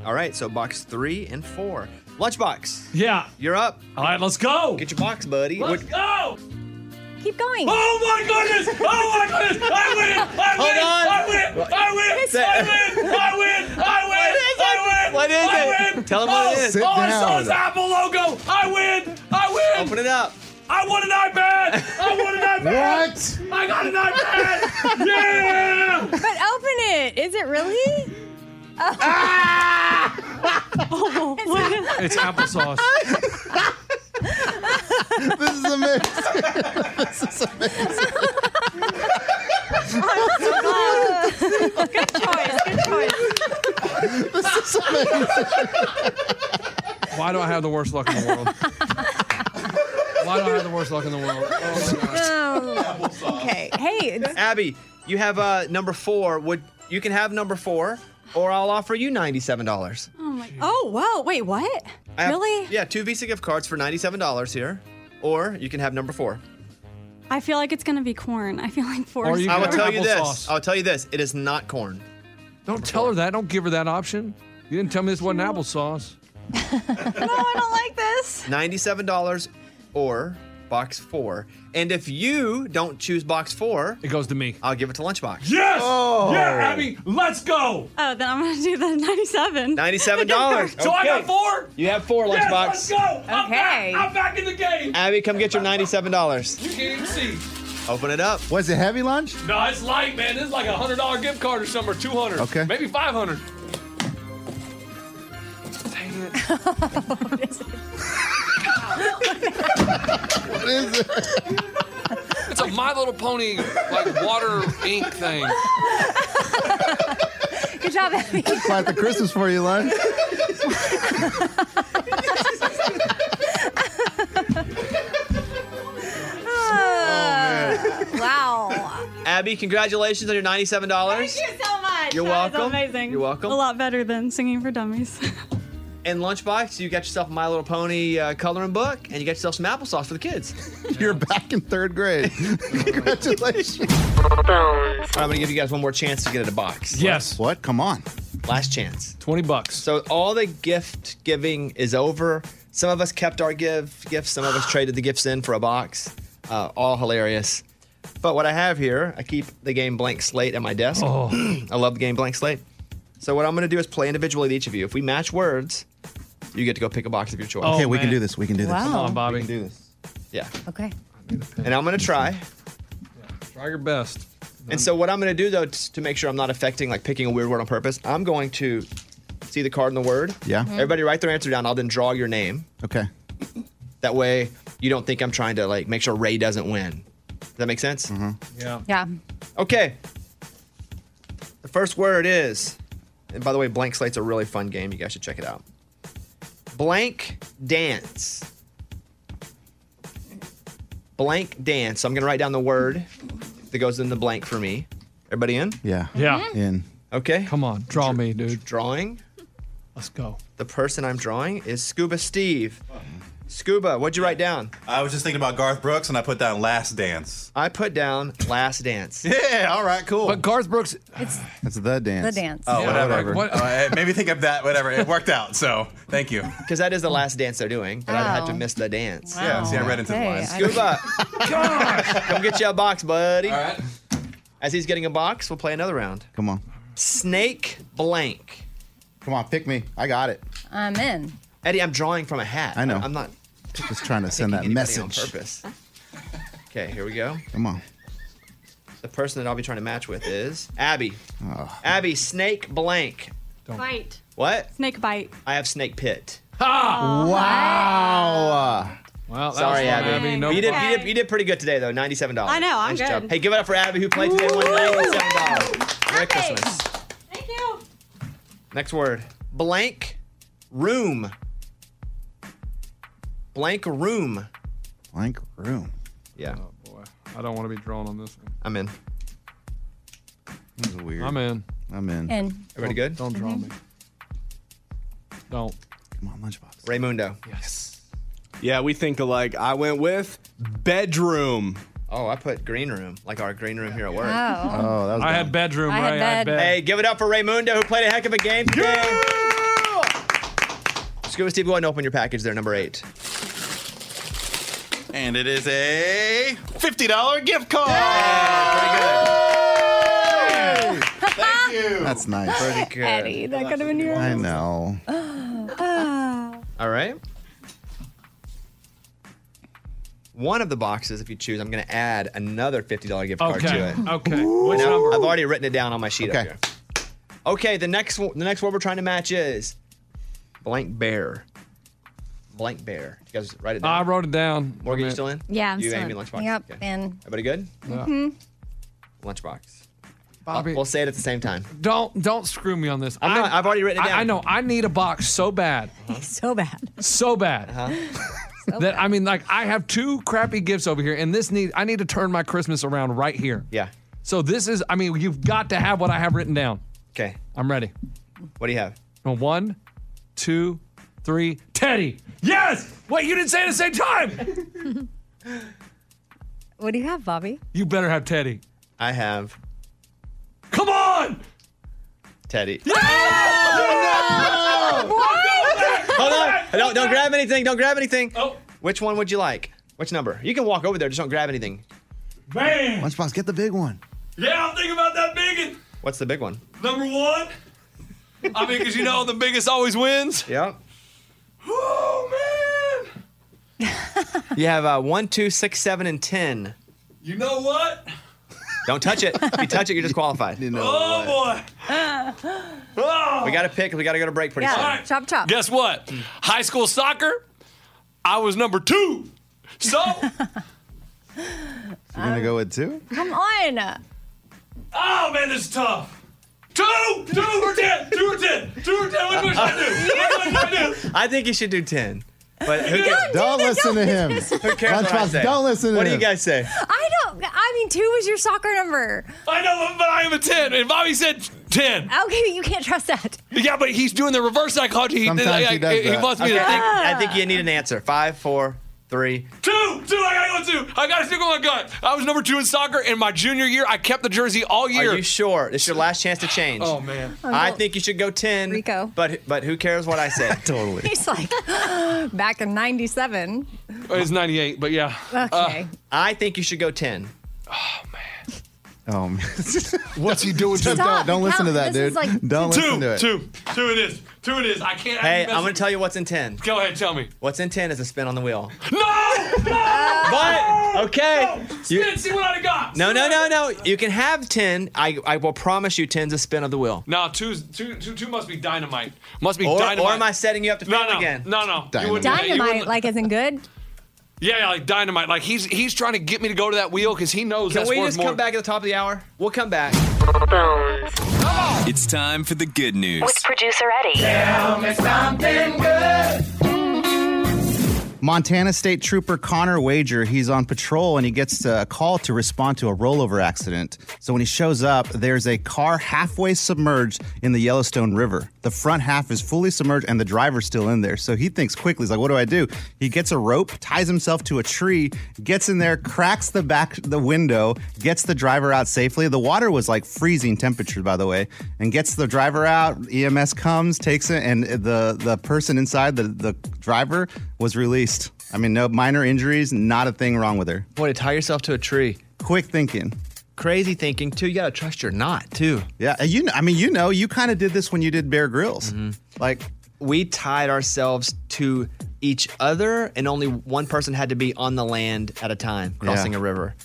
[SPEAKER 1] All right, so box three and four. Lunchbox,
[SPEAKER 5] Yeah.
[SPEAKER 1] you're up.
[SPEAKER 5] All right, let's go.
[SPEAKER 1] Get your box, buddy.
[SPEAKER 5] Let's
[SPEAKER 1] What-
[SPEAKER 5] go.
[SPEAKER 3] Keep going.
[SPEAKER 5] Oh my goodness! Oh my goodness! I win! I win! I win! I win! I win! I win! I win! I win!
[SPEAKER 1] What is
[SPEAKER 5] I
[SPEAKER 1] it?
[SPEAKER 5] win!
[SPEAKER 1] Tell 'em what it
[SPEAKER 5] Oh,
[SPEAKER 1] is.
[SPEAKER 4] Sit
[SPEAKER 5] All I saw
[SPEAKER 4] down.
[SPEAKER 5] is Apple logo. I win! I win!
[SPEAKER 1] Open it up.
[SPEAKER 5] I won an iPad! I won an iPad!
[SPEAKER 4] What?
[SPEAKER 5] I got an iPad! Yeah!
[SPEAKER 3] But open it. Is it really?
[SPEAKER 5] It's applesauce.
[SPEAKER 4] This is amazing.
[SPEAKER 10] Choice. Good choice.
[SPEAKER 4] This is amazing.
[SPEAKER 5] Why do I have the worst luck in the world? Why do I have the worst luck in the world?
[SPEAKER 3] Oh. okay. Hey, it's
[SPEAKER 1] Abby, you have uh, number four. Would you can have number four, or I'll offer you ninety-seven dollars.
[SPEAKER 10] Oh my. Oh whoa! Wait, what? really?
[SPEAKER 1] Yeah, two Visa gift cards for ninety-seven dollars here, or you can have number four.
[SPEAKER 10] I feel like it's gonna be corn. I feel like four.
[SPEAKER 5] Or
[SPEAKER 10] is
[SPEAKER 5] you
[SPEAKER 1] I
[SPEAKER 5] can
[SPEAKER 1] will
[SPEAKER 5] have
[SPEAKER 1] tell you this.
[SPEAKER 5] applesauce.
[SPEAKER 1] I will tell you this. It is not corn.
[SPEAKER 5] Don't tell her that. Don't give her that option. You didn't tell me this wasn't applesauce.
[SPEAKER 10] no, I don't like this.
[SPEAKER 1] Ninety-seven dollars, or box four. And if you don't choose box four, it
[SPEAKER 5] goes to me.
[SPEAKER 1] I'll give it to Lunchbox.
[SPEAKER 5] Yes!
[SPEAKER 1] Oh.
[SPEAKER 5] Yeah, Abby, let's go!
[SPEAKER 10] Oh, then I'm gonna do the 97.
[SPEAKER 1] Ninety-seven dollars.
[SPEAKER 5] So I got four?
[SPEAKER 1] You have four,
[SPEAKER 5] Yes,
[SPEAKER 1] Lunchbox.
[SPEAKER 5] let's go! I'm back, I'm back in the game!
[SPEAKER 1] Abby, come get your ninety-seven dollars.
[SPEAKER 5] You can't even see.
[SPEAKER 1] Open it up.
[SPEAKER 4] Was it heavy lunch?
[SPEAKER 5] No, it's light, man. This is like a hundred dollar gift card or something, or two hundred.
[SPEAKER 4] Okay.
[SPEAKER 5] Maybe five hundred.
[SPEAKER 4] What is it?
[SPEAKER 5] It's a My Little Pony like water ink thing.
[SPEAKER 3] Good job, Abby.
[SPEAKER 4] Clap the Christmas for you, lunch. Oh,
[SPEAKER 3] wow.
[SPEAKER 1] Abby, congratulations on your ninety-seven dollars.
[SPEAKER 10] Thank you so much.
[SPEAKER 1] You're
[SPEAKER 10] That is
[SPEAKER 1] welcome.
[SPEAKER 10] amazing.
[SPEAKER 1] You're welcome.
[SPEAKER 10] A lot better than singing for dummies.
[SPEAKER 1] And Lunchbox, you got yourself a My Little Pony uh, coloring book, and you got yourself some applesauce for the kids.
[SPEAKER 4] You're back in third grade. Congratulations.
[SPEAKER 1] All right, I'm gonna give you guys one more chance to get it a box.
[SPEAKER 5] Yes.
[SPEAKER 4] What? Come on.
[SPEAKER 1] Last chance.
[SPEAKER 5] Twenty bucks.
[SPEAKER 1] So all the gift giving is over. Some of us kept our give gifts. Some of us traded the gifts in for a box. Uh, all hilarious. But what I have here, I keep the game blank slate at my desk.
[SPEAKER 5] Oh.
[SPEAKER 1] I love the game blank slate. So what I'm gonna do is play individually with each of you. If we match words, you get to go pick a box of your choice.
[SPEAKER 4] okay, we can do this. We can do this.
[SPEAKER 1] Wow. Come on,
[SPEAKER 5] Bobby.
[SPEAKER 4] do this.
[SPEAKER 1] Yeah.
[SPEAKER 3] Okay.
[SPEAKER 1] And I'm gonna try.
[SPEAKER 5] Try your best.
[SPEAKER 1] And
[SPEAKER 4] Um,
[SPEAKER 1] so what I'm going to do though t- to make sure I'm not affecting like picking a weird word on purpose, I'm going to see the card and the word.
[SPEAKER 4] Yeah. Mhm.
[SPEAKER 1] Everybody write their answer down. I'll then draw your name.
[SPEAKER 4] Okay.
[SPEAKER 1] That way you don't think I'm trying to like make sure Ray doesn't win. Does that make sense? Mm-hmm.
[SPEAKER 5] Yeah.
[SPEAKER 3] Yeah.
[SPEAKER 1] Okay. The first word is, and by the way, blank slate's a really fun game. You guys should check it out. Blank dance. Blank dance. So I'm gonna write down the word that goes in the blank for me. Everybody in?
[SPEAKER 4] Yeah.
[SPEAKER 5] Yeah.
[SPEAKER 4] In.
[SPEAKER 1] Okay.
[SPEAKER 5] Come on, draw me, dude.
[SPEAKER 1] Drawing.
[SPEAKER 5] Let's go.
[SPEAKER 1] The person I'm drawing is Scuba Steve. Scuba, what'd you write down?
[SPEAKER 11] I was just thinking about Garth Brooks, and I put down Last Dance.
[SPEAKER 1] I put down Last Dance.
[SPEAKER 11] Yeah, all right, cool. But
[SPEAKER 5] Garth Brooks.
[SPEAKER 3] It's
[SPEAKER 4] That's the dance.
[SPEAKER 3] The dance.
[SPEAKER 11] Oh,
[SPEAKER 3] Yeah,
[SPEAKER 11] whatever.
[SPEAKER 4] whatever.
[SPEAKER 11] What? maybe think of that, whatever. It worked out, so thank you.
[SPEAKER 1] Because that is the last dance they're doing, but I had to
[SPEAKER 3] Oh.
[SPEAKER 1] miss the dance.
[SPEAKER 3] Wow. Yeah, see, I read into the Okay, lines. I-
[SPEAKER 1] Scuba, come get you a box, buddy. All right. As he's getting a box, we'll play another round.
[SPEAKER 4] Come on.
[SPEAKER 1] Snake blank.
[SPEAKER 4] Come on, pick me. I got it.
[SPEAKER 3] I'm in.
[SPEAKER 1] Eddie, I'm drawing from a hat.
[SPEAKER 4] I know.
[SPEAKER 1] I'm not
[SPEAKER 4] Just trying to send that
[SPEAKER 1] picking anybody on
[SPEAKER 4] message.
[SPEAKER 1] purpose. Okay, here we go.
[SPEAKER 4] Come on.
[SPEAKER 1] The person that I'll be trying to match with is Abby.
[SPEAKER 4] Oh.
[SPEAKER 1] Abby, snake blank.
[SPEAKER 10] Bite.
[SPEAKER 1] What?
[SPEAKER 10] Snake bite.
[SPEAKER 1] I have snake pit.
[SPEAKER 4] Wow.
[SPEAKER 5] Well, that
[SPEAKER 1] Sorry,
[SPEAKER 5] was fun,
[SPEAKER 1] Abby.
[SPEAKER 5] Abby. No
[SPEAKER 1] you, did,
[SPEAKER 5] problem.
[SPEAKER 1] you, did, you did pretty good today, though. Ninety-seven dollars.
[SPEAKER 10] I know, I'm
[SPEAKER 1] nice Job.
[SPEAKER 10] good.
[SPEAKER 1] Hey, give it up for Abby, who played today. Won ninety-seven dollars. Merry Christmas.
[SPEAKER 10] Thank you.
[SPEAKER 1] Next word: blank room. Blank room.
[SPEAKER 4] Blank room.
[SPEAKER 1] Yeah,
[SPEAKER 5] Boy, I don't want to be drawn on this one.
[SPEAKER 1] I'm in.
[SPEAKER 4] That was weird.
[SPEAKER 5] I'm in.
[SPEAKER 4] I'm in.
[SPEAKER 3] In.
[SPEAKER 1] Everybody good?
[SPEAKER 5] Don't draw
[SPEAKER 3] Mm-hmm.
[SPEAKER 5] me. Don't.
[SPEAKER 4] Come on, lunchbox.
[SPEAKER 1] Raymundo.
[SPEAKER 5] Yes.
[SPEAKER 2] Yeah, we think alike. I went with bedroom.
[SPEAKER 1] Oh, I put green room, like our green room here at work.
[SPEAKER 3] Wow.
[SPEAKER 4] Oh, that was.
[SPEAKER 5] I
[SPEAKER 4] bad.
[SPEAKER 5] had bedroom,
[SPEAKER 3] I had
[SPEAKER 5] right? I had
[SPEAKER 3] bed.
[SPEAKER 5] bed.
[SPEAKER 1] Hey, give it up for Raymundo, who played a heck of a game today. Scuba Steve, go ahead and open your package there, number eight.
[SPEAKER 11] And it is a $50 gift card. Thank you.
[SPEAKER 4] That's nice.
[SPEAKER 1] Pretty good.
[SPEAKER 3] Eddie, that could have been your.
[SPEAKER 4] I know.
[SPEAKER 1] All right. One of the boxes, if you choose, I'm going to add another $50 gift card to
[SPEAKER 5] Okay.
[SPEAKER 1] it.
[SPEAKER 5] Okay. Which number?
[SPEAKER 1] I've already written it down on my sheet.
[SPEAKER 4] Okay.
[SPEAKER 1] Up here. Okay. The next one, the next word we're trying to match is blank bear. Blank bear. You guys write it
[SPEAKER 5] I
[SPEAKER 1] down.
[SPEAKER 5] wrote it down.
[SPEAKER 1] Morgan, you still in?
[SPEAKER 3] Yeah, I'm
[SPEAKER 1] you
[SPEAKER 3] still
[SPEAKER 1] Amy,
[SPEAKER 3] in.
[SPEAKER 1] lunchbox.
[SPEAKER 3] Yep, Mm-hmm.
[SPEAKER 1] Okay.
[SPEAKER 3] in.
[SPEAKER 1] Everybody good? Mm-hmm.
[SPEAKER 5] Yeah.
[SPEAKER 1] Lunchbox.
[SPEAKER 5] Bobby,
[SPEAKER 1] We'll say it at the same time.
[SPEAKER 5] don't don't screw me on this.
[SPEAKER 1] I'm
[SPEAKER 5] I-
[SPEAKER 1] not- I've already written it
[SPEAKER 5] I-
[SPEAKER 1] down.
[SPEAKER 5] I know. I need a box so bad,
[SPEAKER 3] So bad.
[SPEAKER 5] so bad.
[SPEAKER 1] Uh-huh.
[SPEAKER 5] That I mean, like I have two crappy gifts over here, and this need I need to turn my Christmas around right here.
[SPEAKER 1] Yeah.
[SPEAKER 5] So this is, I mean, you've got to have what I have written down.
[SPEAKER 1] Okay.
[SPEAKER 5] I'm ready.
[SPEAKER 1] What do you have?
[SPEAKER 5] One, two, three. Teddy. Yes. Wait, you didn't say it at the same time.
[SPEAKER 3] What do you have, Bobby?
[SPEAKER 5] You better have Teddy.
[SPEAKER 1] I have
[SPEAKER 5] Come on.
[SPEAKER 1] Teddy.
[SPEAKER 5] What?
[SPEAKER 1] Hold on. Don't, don't grab anything. Don't grab anything.
[SPEAKER 5] Oh.
[SPEAKER 1] Which one would you like? Which number? You can walk over there, just don't grab anything.
[SPEAKER 13] Man!
[SPEAKER 4] Lunchbox, get the big one.
[SPEAKER 13] Yeah, I'm thinking about that big
[SPEAKER 1] What's the big one?
[SPEAKER 13] one. Number one. I mean, because you know the biggest always wins.
[SPEAKER 1] Yeah.
[SPEAKER 13] Oh, man.
[SPEAKER 1] You have uh, one, two, six, seven, and ten.
[SPEAKER 13] You know what?
[SPEAKER 1] Don't touch it. if you touch it, you're disqualified.
[SPEAKER 13] oh, boy. Oh.
[SPEAKER 1] We got to pick. We got to go to break pretty soon.
[SPEAKER 3] Chop, chop.
[SPEAKER 13] Guess what? High school soccer, I was number two. So
[SPEAKER 4] You're gonna go with two?
[SPEAKER 3] Come on.
[SPEAKER 13] Oh man, this is tough. Two, two or ten, two or ten, two or ten. What do I do? What do I do?
[SPEAKER 1] I think you should do ten. But who
[SPEAKER 4] Don't,
[SPEAKER 1] cares?
[SPEAKER 4] listen to him.
[SPEAKER 1] Who cares what I
[SPEAKER 4] Lunchbox,
[SPEAKER 1] say?
[SPEAKER 4] don't listen to
[SPEAKER 1] What do
[SPEAKER 4] him.
[SPEAKER 1] you guys say?
[SPEAKER 3] I don't. I mean, two was your soccer number.
[SPEAKER 13] I know, but I am a ten. And Bobby said ten.
[SPEAKER 3] Okay, you can't trust that.
[SPEAKER 13] Yeah, but he's doing the reverse psychology. He,
[SPEAKER 1] Sometimes
[SPEAKER 13] like,
[SPEAKER 1] he does
[SPEAKER 13] he
[SPEAKER 1] that.
[SPEAKER 13] wants me
[SPEAKER 1] Okay,
[SPEAKER 13] to
[SPEAKER 1] I
[SPEAKER 13] think.
[SPEAKER 1] think- I think you need an answer. Five, four, three.
[SPEAKER 13] Two, two. I gotta go two. I gotta stick with my gut. I was number two in soccer in my junior year. I kept the jersey all year.
[SPEAKER 1] Are you sure? This is your last chance to change.
[SPEAKER 13] Oh man.
[SPEAKER 1] I think you should go ten. Rico. But but who cares what I say?
[SPEAKER 4] totally.
[SPEAKER 3] He's like back in '97.
[SPEAKER 13] It's 98, but yeah.
[SPEAKER 3] Okay.
[SPEAKER 4] Uh,
[SPEAKER 1] I think you should go ten.
[SPEAKER 4] Oh man.
[SPEAKER 13] What's he doing?
[SPEAKER 4] Stop, Don't- don't listen to that, dude. Don't
[SPEAKER 13] two,
[SPEAKER 4] listen to it.
[SPEAKER 13] Two, two. It is. Two. It is. I can't.
[SPEAKER 1] Hey,
[SPEAKER 13] I
[SPEAKER 1] I'm gonna tell you what's in ten.
[SPEAKER 13] Go ahead, tell me.
[SPEAKER 1] What's in ten is a spin on the wheel.
[SPEAKER 13] No.
[SPEAKER 1] But okay. You-
[SPEAKER 13] Spin, see what I got.
[SPEAKER 1] no, no, no, no. You can have ten. I I will promise you ten's a spin of the wheel.
[SPEAKER 13] No, two's, two, two, two must be dynamite. Must be
[SPEAKER 1] Or,
[SPEAKER 13] dynamite.
[SPEAKER 1] or am I setting you up to fail
[SPEAKER 13] no, no,
[SPEAKER 1] again?
[SPEAKER 13] No, no. You wouldn't- yeah, you
[SPEAKER 3] Dynamite,
[SPEAKER 13] wouldn't-
[SPEAKER 3] like, isn't good.
[SPEAKER 13] yeah, yeah, like dynamite. Like he's he's trying to get me to go to that wheel because he knows
[SPEAKER 1] Can
[SPEAKER 13] that's
[SPEAKER 1] we
[SPEAKER 13] worth
[SPEAKER 1] just
[SPEAKER 13] more.
[SPEAKER 1] come back at the top of the hour? We'll come back.
[SPEAKER 9] It's time for the good news.
[SPEAKER 14] With producer Eddie.
[SPEAKER 9] Tell me something
[SPEAKER 14] good.
[SPEAKER 4] Montana State Trooper Connor Wager, he's on patrol and he gets a call to respond to a rollover accident. So when he shows up, there's a car halfway submerged in the Yellowstone River. The front half is fully submerged and the driver's still in there. So he thinks quickly, he's like, what do I do? He gets a rope, ties himself to a tree, gets in there, cracks the back the window, gets the driver out safely. The water was like freezing temperature, by the way, and gets the driver out. EMS comes, takes it, and the the person inside the the driver was released. I mean, no minor injuries, not a thing wrong with her.
[SPEAKER 1] Boy, to tie yourself to a tree.
[SPEAKER 4] Quick thinking.
[SPEAKER 1] Crazy thinking too. You gotta trust your knot too.
[SPEAKER 4] Yeah, and you. kn- I mean, you know, you kind of did this when you did Bear Grylls. Like
[SPEAKER 1] Mm-hmm. we tied ourselves to each other, and only one person had to be on the land at a time, crossing
[SPEAKER 4] Yeah.
[SPEAKER 1] a river.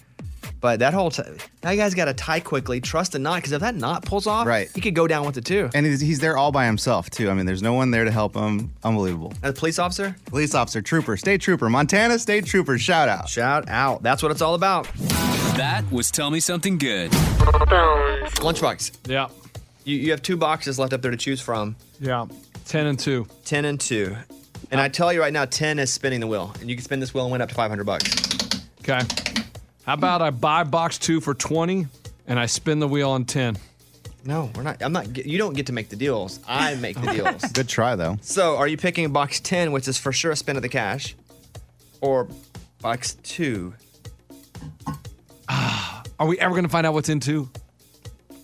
[SPEAKER 1] But that whole t- that guy's got to tie quickly, trust a knot, because if that knot pulls off,
[SPEAKER 4] Right.
[SPEAKER 1] he could go down with it too.
[SPEAKER 4] And he's, he's there all by himself too. I mean, there's no one there to help him. Unbelievable.
[SPEAKER 1] As a police officer,
[SPEAKER 4] Police officer, trooper, state trooper, Montana state trooper. Shout out.
[SPEAKER 1] Shout out. Oh, That's what it's all about.
[SPEAKER 9] That was Tell Me Something Good.
[SPEAKER 1] Lunchbox.
[SPEAKER 5] Yeah.
[SPEAKER 1] You, you have two boxes left up there to choose from.
[SPEAKER 5] Yeah. 10 and 2.
[SPEAKER 1] 10 and 2. And I tell you right now, 10 is spinning the wheel. And you can spin this wheel and win up to 500 bucks.
[SPEAKER 5] Okay. How about I buy box two for 20 and I spin the wheel on 10?
[SPEAKER 1] No, we're not. I'm not. You don't get to make the deals. I make the deals.
[SPEAKER 4] Good try though.
[SPEAKER 1] So, are you picking box 10, which is for sure a spin of the cash, or box 2?
[SPEAKER 5] Are we ever going to find out what's in two?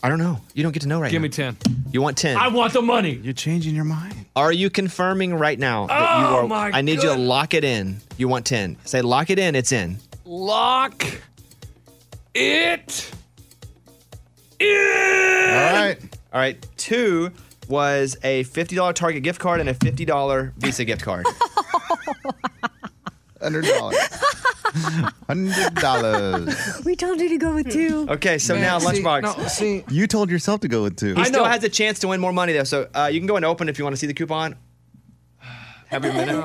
[SPEAKER 1] I don't know. You don't get to know right
[SPEAKER 5] Give
[SPEAKER 1] now.
[SPEAKER 5] me 10.
[SPEAKER 1] You want 10.
[SPEAKER 5] I want the money.
[SPEAKER 4] You're changing your mind.
[SPEAKER 1] Are you confirming right now that you
[SPEAKER 5] Oh,
[SPEAKER 1] are?
[SPEAKER 5] my
[SPEAKER 1] I need you to
[SPEAKER 5] goodness.
[SPEAKER 1] lock it in. You want 10. Say, lock it in. It's in.
[SPEAKER 5] Lock it.
[SPEAKER 1] All right. All right. Two was a $50 Target gift card and a $50 Visa gift card.
[SPEAKER 4] Hundred dollars. Hundred dollars.
[SPEAKER 3] We told you to go with two.
[SPEAKER 1] Okay, so now Lunchbox.
[SPEAKER 4] You told yourself to go with two.
[SPEAKER 1] He still has a chance to win more money, though. So uh, you can go and open if you want to see the coupon. Every minute.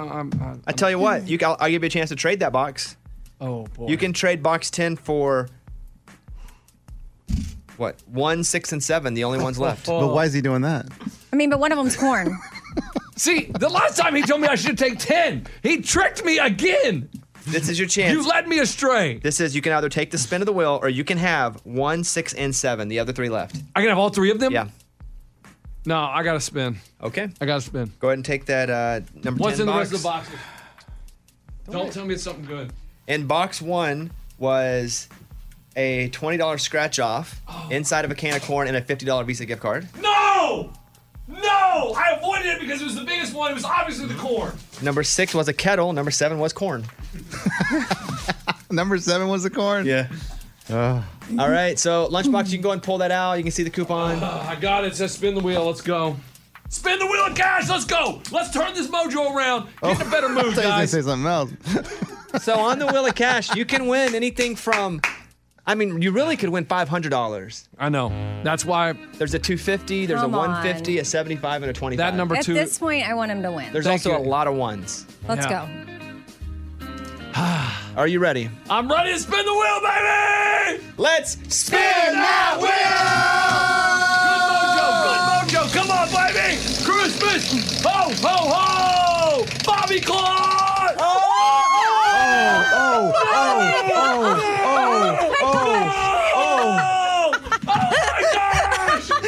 [SPEAKER 1] I tell you what, you, I'll, I'll give you a chance to trade that box.
[SPEAKER 5] Oh, boy.
[SPEAKER 1] You can trade box 10 for what? One, six, and seven, the only ones left.
[SPEAKER 13] Oh.
[SPEAKER 4] But why is he doing that?
[SPEAKER 3] I mean, but one of them's corn.
[SPEAKER 5] See, the last time he told me I should take 10, he tricked me again.
[SPEAKER 1] This is your chance.
[SPEAKER 5] You led me astray.
[SPEAKER 1] This is you can either take the spin of the wheel or you can have one, six, and seven, the other three left.
[SPEAKER 5] I can have all three of them?
[SPEAKER 1] Yeah.
[SPEAKER 5] No, I got to spin.
[SPEAKER 1] Okay.
[SPEAKER 5] I got to spin.
[SPEAKER 1] Go ahead and take that uh, number
[SPEAKER 5] What's
[SPEAKER 1] 10
[SPEAKER 5] in the
[SPEAKER 1] box.
[SPEAKER 5] rest of the boxes? Don't tell me it's something good.
[SPEAKER 1] And box one was a $20 scratch off
[SPEAKER 3] Oh.
[SPEAKER 1] inside of a can of corn and a $50 Visa gift card.
[SPEAKER 13] No! No! I avoided it because it was the biggest one. It was obviously the corn.
[SPEAKER 1] Number six was a kettle. Number seven was corn.
[SPEAKER 4] Number seven was the corn.
[SPEAKER 1] Yeah. All right, so lunchbox, you can go and pull that out. You can see the coupon.
[SPEAKER 5] Uh, I got it. Just spin the wheel. Let's go. Spin the wheel of cash. Let's go. Let's turn this mojo around. Get in a better
[SPEAKER 4] I
[SPEAKER 5] move,
[SPEAKER 4] thought you were gonna
[SPEAKER 5] guys.
[SPEAKER 4] Oh. say something else.
[SPEAKER 1] so on the wheel of cash, you can win anything from. I mean, you really could win five hundred dollars.
[SPEAKER 5] I know. That's why
[SPEAKER 1] there's a two fifty, there's
[SPEAKER 3] Come
[SPEAKER 1] a
[SPEAKER 3] on.
[SPEAKER 1] one fifty, a seventy five, and a twenty five. That
[SPEAKER 3] At this point, I want him to win.
[SPEAKER 1] There's also a lot of ones.
[SPEAKER 3] Let's
[SPEAKER 1] Are you ready?
[SPEAKER 5] I'm ready to spin the wheel, baby.
[SPEAKER 1] Let's spin
[SPEAKER 13] that
[SPEAKER 5] wheel.
[SPEAKER 13] Good mojo, good mojo. Come on, baby. Christmas. Ho, ho, ho. Bobby Claw.
[SPEAKER 5] Oh,
[SPEAKER 13] oh, oh, oh, oh, oh, oh, my gosh.
[SPEAKER 4] It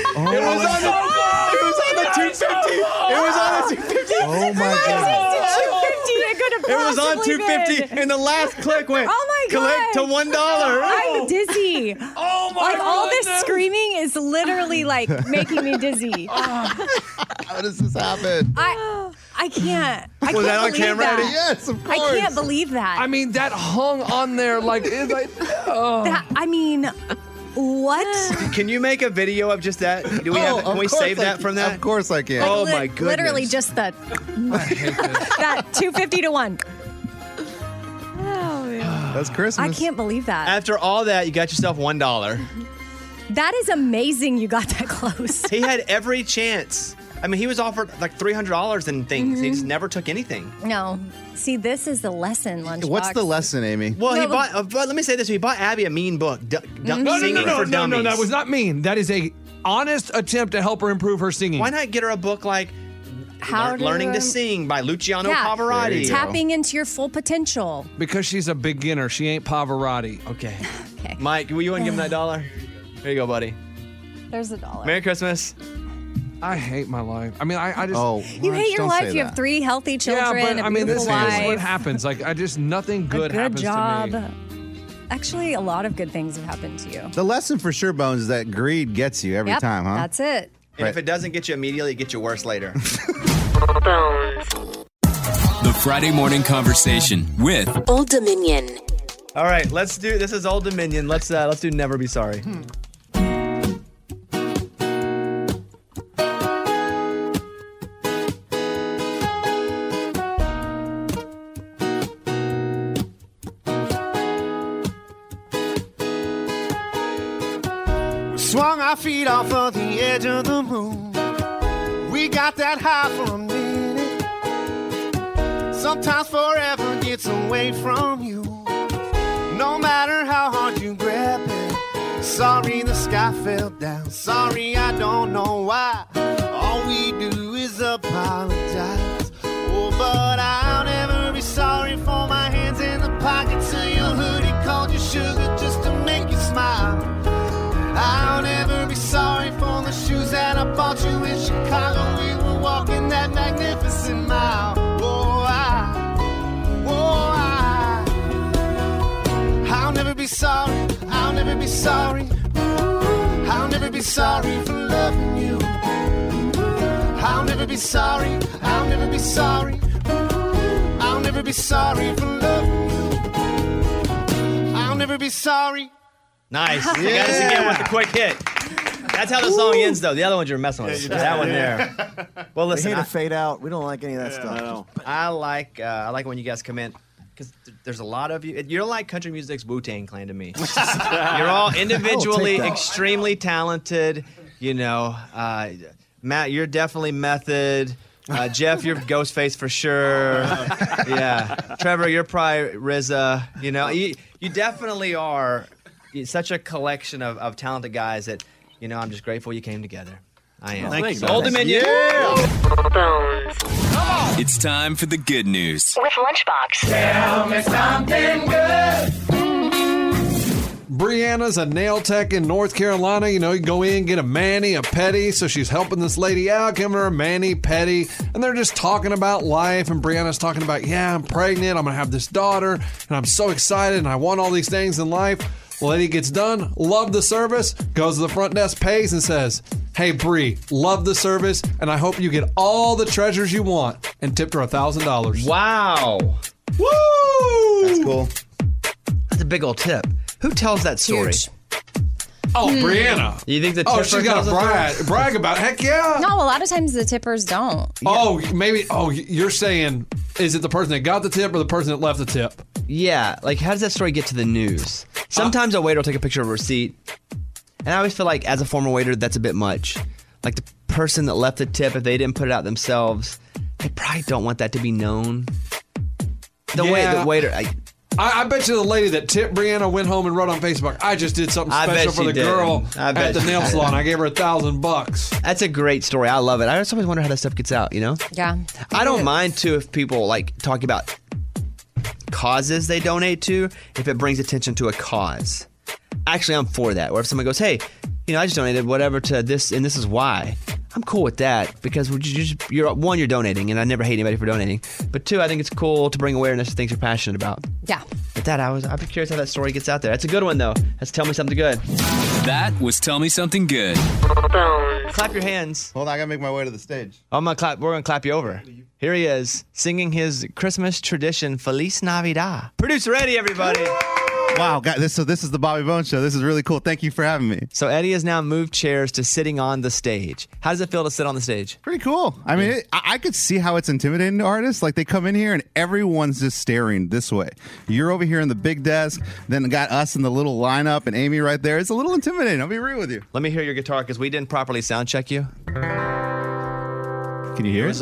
[SPEAKER 4] was on the-
[SPEAKER 13] it was on the 250. It was on the 250.
[SPEAKER 4] Oh my god.
[SPEAKER 13] Oh! It was on 250
[SPEAKER 1] and the last click went
[SPEAKER 3] Oh my
[SPEAKER 13] click
[SPEAKER 3] God.
[SPEAKER 13] to one dollar.
[SPEAKER 3] I'm dizzy. oh
[SPEAKER 13] my
[SPEAKER 3] Like all this
[SPEAKER 13] goodness.
[SPEAKER 3] screaming is literally like making me dizzy.
[SPEAKER 13] Oh.
[SPEAKER 4] How does this happen?
[SPEAKER 3] I I can't. I
[SPEAKER 4] Was
[SPEAKER 3] can't
[SPEAKER 4] that on
[SPEAKER 3] believe
[SPEAKER 4] camera?
[SPEAKER 3] That.
[SPEAKER 4] Yes, of
[SPEAKER 3] I
[SPEAKER 4] course.
[SPEAKER 3] can't believe that.
[SPEAKER 5] I mean, that hung on there like. It's like oh.
[SPEAKER 3] That, I mean, what?
[SPEAKER 1] Can you make a video of just that? Do we
[SPEAKER 4] Oh,
[SPEAKER 1] have?
[SPEAKER 4] of
[SPEAKER 1] Can we
[SPEAKER 4] course
[SPEAKER 1] save
[SPEAKER 4] I
[SPEAKER 1] that
[SPEAKER 4] can-
[SPEAKER 1] from that?
[SPEAKER 4] Of course I can.
[SPEAKER 1] Oh
[SPEAKER 3] Lit-
[SPEAKER 1] my goodness.
[SPEAKER 3] Literally just the that 250 to 1. Oh, yeah.
[SPEAKER 4] That's Christmas.
[SPEAKER 3] I can't believe that.
[SPEAKER 1] After all that, you got yourself one dollar.
[SPEAKER 3] That is amazing you got that close.
[SPEAKER 1] he had every chance. I mean, he was offered like three hundred dollars in things. He just never took anything.
[SPEAKER 3] No. See, this is the lesson, Lunchbox.
[SPEAKER 4] What's the lesson, Amy?
[SPEAKER 1] Well, he
[SPEAKER 3] No,
[SPEAKER 1] bought. Uh, but let me say this: he bought Abby a mean book, du- du-
[SPEAKER 5] No, no,
[SPEAKER 1] Singing
[SPEAKER 5] no, no,
[SPEAKER 1] for
[SPEAKER 5] no,
[SPEAKER 1] Dummies.
[SPEAKER 5] no, that was not mean. That is a honest attempt to help her improve her singing.
[SPEAKER 1] Why not get her a book like
[SPEAKER 3] How
[SPEAKER 1] Lear-
[SPEAKER 3] do
[SPEAKER 1] Learning to
[SPEAKER 3] I-
[SPEAKER 1] Sing by Luciano
[SPEAKER 3] Yeah.
[SPEAKER 1] Pavarotti?
[SPEAKER 3] Tapping into your full potential.
[SPEAKER 5] Because she's a beginner. She ain't Pavarotti.
[SPEAKER 1] Okay. Mike, will you want to give him that dollar? There you go, buddy.
[SPEAKER 3] There's a dollar.
[SPEAKER 1] Merry Christmas.
[SPEAKER 5] I hate my life. I mean, I, I just.
[SPEAKER 4] Oh,
[SPEAKER 3] You hate your life. You have three healthy children.
[SPEAKER 5] Yeah, but
[SPEAKER 3] a
[SPEAKER 5] I mean, this
[SPEAKER 3] beautiful
[SPEAKER 5] is
[SPEAKER 3] wife.
[SPEAKER 5] what happens. Like, I just nothing
[SPEAKER 3] a
[SPEAKER 5] good,
[SPEAKER 3] good
[SPEAKER 5] happens
[SPEAKER 3] job.
[SPEAKER 5] to me.
[SPEAKER 3] Actually, a lot of good things have happened to you.
[SPEAKER 4] The lesson for sure, Bones, is that greed gets you every
[SPEAKER 3] Yep,
[SPEAKER 4] time, huh?
[SPEAKER 3] That's it.
[SPEAKER 1] And if it doesn't get you immediately, it gets you worse later.
[SPEAKER 9] The Friday morning conversation with
[SPEAKER 1] Old Dominion. All right, let's do. This is Old Dominion. Let's uh, let's do Never Be Sorry.
[SPEAKER 5] Hmm.
[SPEAKER 14] Swung our feet off of the edge of the moon. We got that high for a minute. Sometimes forever gets away from you. No matter how hard you grab it. Sorry the sky fell down. Sorry I don't know why. All we do is apologize. Oh, but I'll never be sorry for my hands in the pockets of your hoodie called you sugar just to make you smile. I'll never be sorry for the shoes that I bought you in Chicago. We were walking that magnificent mile. Oh, I, oh, I. I'll never be sorry. I'll never be sorry. I'll never be sorry for loving you. I'll never be sorry. I'll never be sorry. I'll never be sorry for loving you. I'll never be sorry.
[SPEAKER 1] Nice. You got us again with a quick hit. That's how the song ends, though. The other ones you're messing with. that one there. Well, listen.
[SPEAKER 15] We're here
[SPEAKER 1] I,
[SPEAKER 15] to fade out. We don't like any of that stuff.
[SPEAKER 1] I like uh, I like when you guys come in because there's a lot of you. You're like country music's Wu Tang Clan to me. you're all individually
[SPEAKER 15] that.
[SPEAKER 1] extremely talented. You know, uh, Matt, you're definitely method. Uh, Jeff, you're Ghostface for sure. yeah, Trevor, you're probably RZA. You know, you, you definitely are such a collection of, of talented guys that you know. I'm just grateful you came together. I am.
[SPEAKER 9] Well, thank you,
[SPEAKER 1] Old
[SPEAKER 9] man.
[SPEAKER 1] Dominion.
[SPEAKER 9] It's time for the good news.
[SPEAKER 13] With Lunchbox. Tell me something good.
[SPEAKER 5] Brianna's a nail tech in North Carolina. You know, you go in, get a manny, a petty. So she's helping this lady out, giving her a manny, petty. And they're just talking about life. And Brianna's talking about, yeah, I'm pregnant. I'm going to have this daughter. And I'm so excited. And I want all these things in life. Lady gets done, love the service, goes to the front desk, pays, and says, Hey, Bree, love the service. And I hope you get all the treasures you want. And tipped her $1,000.
[SPEAKER 1] Wow.
[SPEAKER 5] Woo! That's
[SPEAKER 4] cool.
[SPEAKER 1] That's the big old tip. Who tells that story?
[SPEAKER 5] Oh, Brianna.
[SPEAKER 1] You think the
[SPEAKER 5] Oh,
[SPEAKER 1] tipper
[SPEAKER 5] she's got
[SPEAKER 1] tells
[SPEAKER 5] to
[SPEAKER 1] the story?
[SPEAKER 5] brag, brag about it. Heck yeah.
[SPEAKER 7] No, a lot of times the tippers don't.
[SPEAKER 5] Oh, maybe. Oh, you're saying, is it the person that got the tip or the person that left the tip?
[SPEAKER 1] Yeah, like how does that story get to the news? Sometimes a waiter will take a picture of a receipt, and I always feel like as a former waiter, that's a bit much. Like the person that left the tip, if they didn't put it out themselves, they probably don't want that to be known. The way
[SPEAKER 5] Yeah.
[SPEAKER 1] the waiter, I,
[SPEAKER 5] I, I bet you the lady that tipped Brianna went home and wrote on Facebook, I just did something
[SPEAKER 1] I
[SPEAKER 5] special
[SPEAKER 1] bet
[SPEAKER 5] for
[SPEAKER 1] she
[SPEAKER 5] the
[SPEAKER 1] did.
[SPEAKER 5] girl
[SPEAKER 1] I bet
[SPEAKER 5] at the
[SPEAKER 1] she
[SPEAKER 5] nail
[SPEAKER 1] did.
[SPEAKER 5] salon. I gave her a thousand bucks.
[SPEAKER 1] that's a great story. I love it. I just always wonder how that stuff gets out. You know?
[SPEAKER 7] Yeah.
[SPEAKER 1] I don't mind too if people like talking about causes they donate to if it brings attention to a cause. Actually, I'm for that. Or if someone goes, "Hey, you know, I just donated whatever to this, and this is why." I'm cool with that because we're ju- just, you're one, you're donating, and I never hate anybody for donating. But two, I think it's cool to bring awareness to things you're passionate about.
[SPEAKER 7] Yeah.
[SPEAKER 1] But that I was, I'd be curious how that story gets out there. That's a good one though. That's tell me something good.
[SPEAKER 9] That was Tell Me Something Good.
[SPEAKER 1] Clap your hands.
[SPEAKER 4] Hold on, I gotta make my way to the stage.
[SPEAKER 1] I'm gonna clap. We're gonna clap you over. Here he is singing his Christmas tradition, Feliz Navidad. Producer Eddie, everybody.
[SPEAKER 4] Wow, guys, Oh, this, so this is the Bobby Bones show. This is really cool. Thank you for having me.
[SPEAKER 1] So Eddie has now moved chairs to sitting on the stage. How does it feel to sit on the stage?
[SPEAKER 4] Pretty cool. I mean, it, I, I could see how it's intimidating to artists. Like they come in here and everyone's just staring this way. You're over here in the big desk, then got us in the little lineup and Amy right there. It's a little intimidating. I'll be real with you.
[SPEAKER 1] Let me hear your guitar because we didn't properly sound check you.
[SPEAKER 4] Can you hear
[SPEAKER 1] it?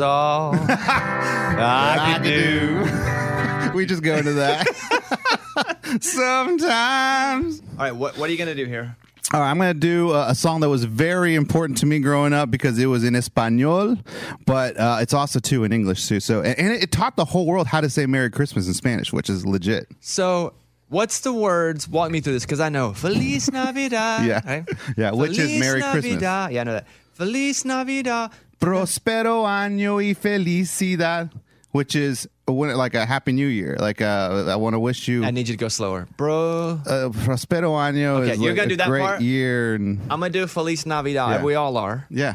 [SPEAKER 1] all I could do.
[SPEAKER 4] we just go into that. Sometimes.
[SPEAKER 1] All right, what, what are you gonna do here?
[SPEAKER 4] All right, I'm going to do a, a song that was very important to me growing up because it was in Espanol, but uh, it's also too in English too. So, and, and it taught the whole world how to say Merry Christmas in Spanish, which is legit.
[SPEAKER 1] So, what's the words? Walk me through this because I know Feliz Navidad.
[SPEAKER 4] Yeah.
[SPEAKER 1] right?
[SPEAKER 4] Yeah, which is
[SPEAKER 1] Feliz
[SPEAKER 4] Merry Christmas.
[SPEAKER 1] Navidad. Yeah, I know that. Feliz Navidad.
[SPEAKER 4] Prospero año y felicidad, which is when, like a happy new year. Like uh, I want to wish you. I
[SPEAKER 1] need you to go slower, bro.
[SPEAKER 4] Uh, Prospero año
[SPEAKER 1] Okay,
[SPEAKER 4] is
[SPEAKER 1] you're
[SPEAKER 4] like
[SPEAKER 1] gonna
[SPEAKER 4] a
[SPEAKER 1] do that
[SPEAKER 4] great
[SPEAKER 1] part?
[SPEAKER 4] year. And,
[SPEAKER 1] I'm gonna do Feliz Navidad.
[SPEAKER 4] Yeah.
[SPEAKER 1] We all are.
[SPEAKER 4] yeah,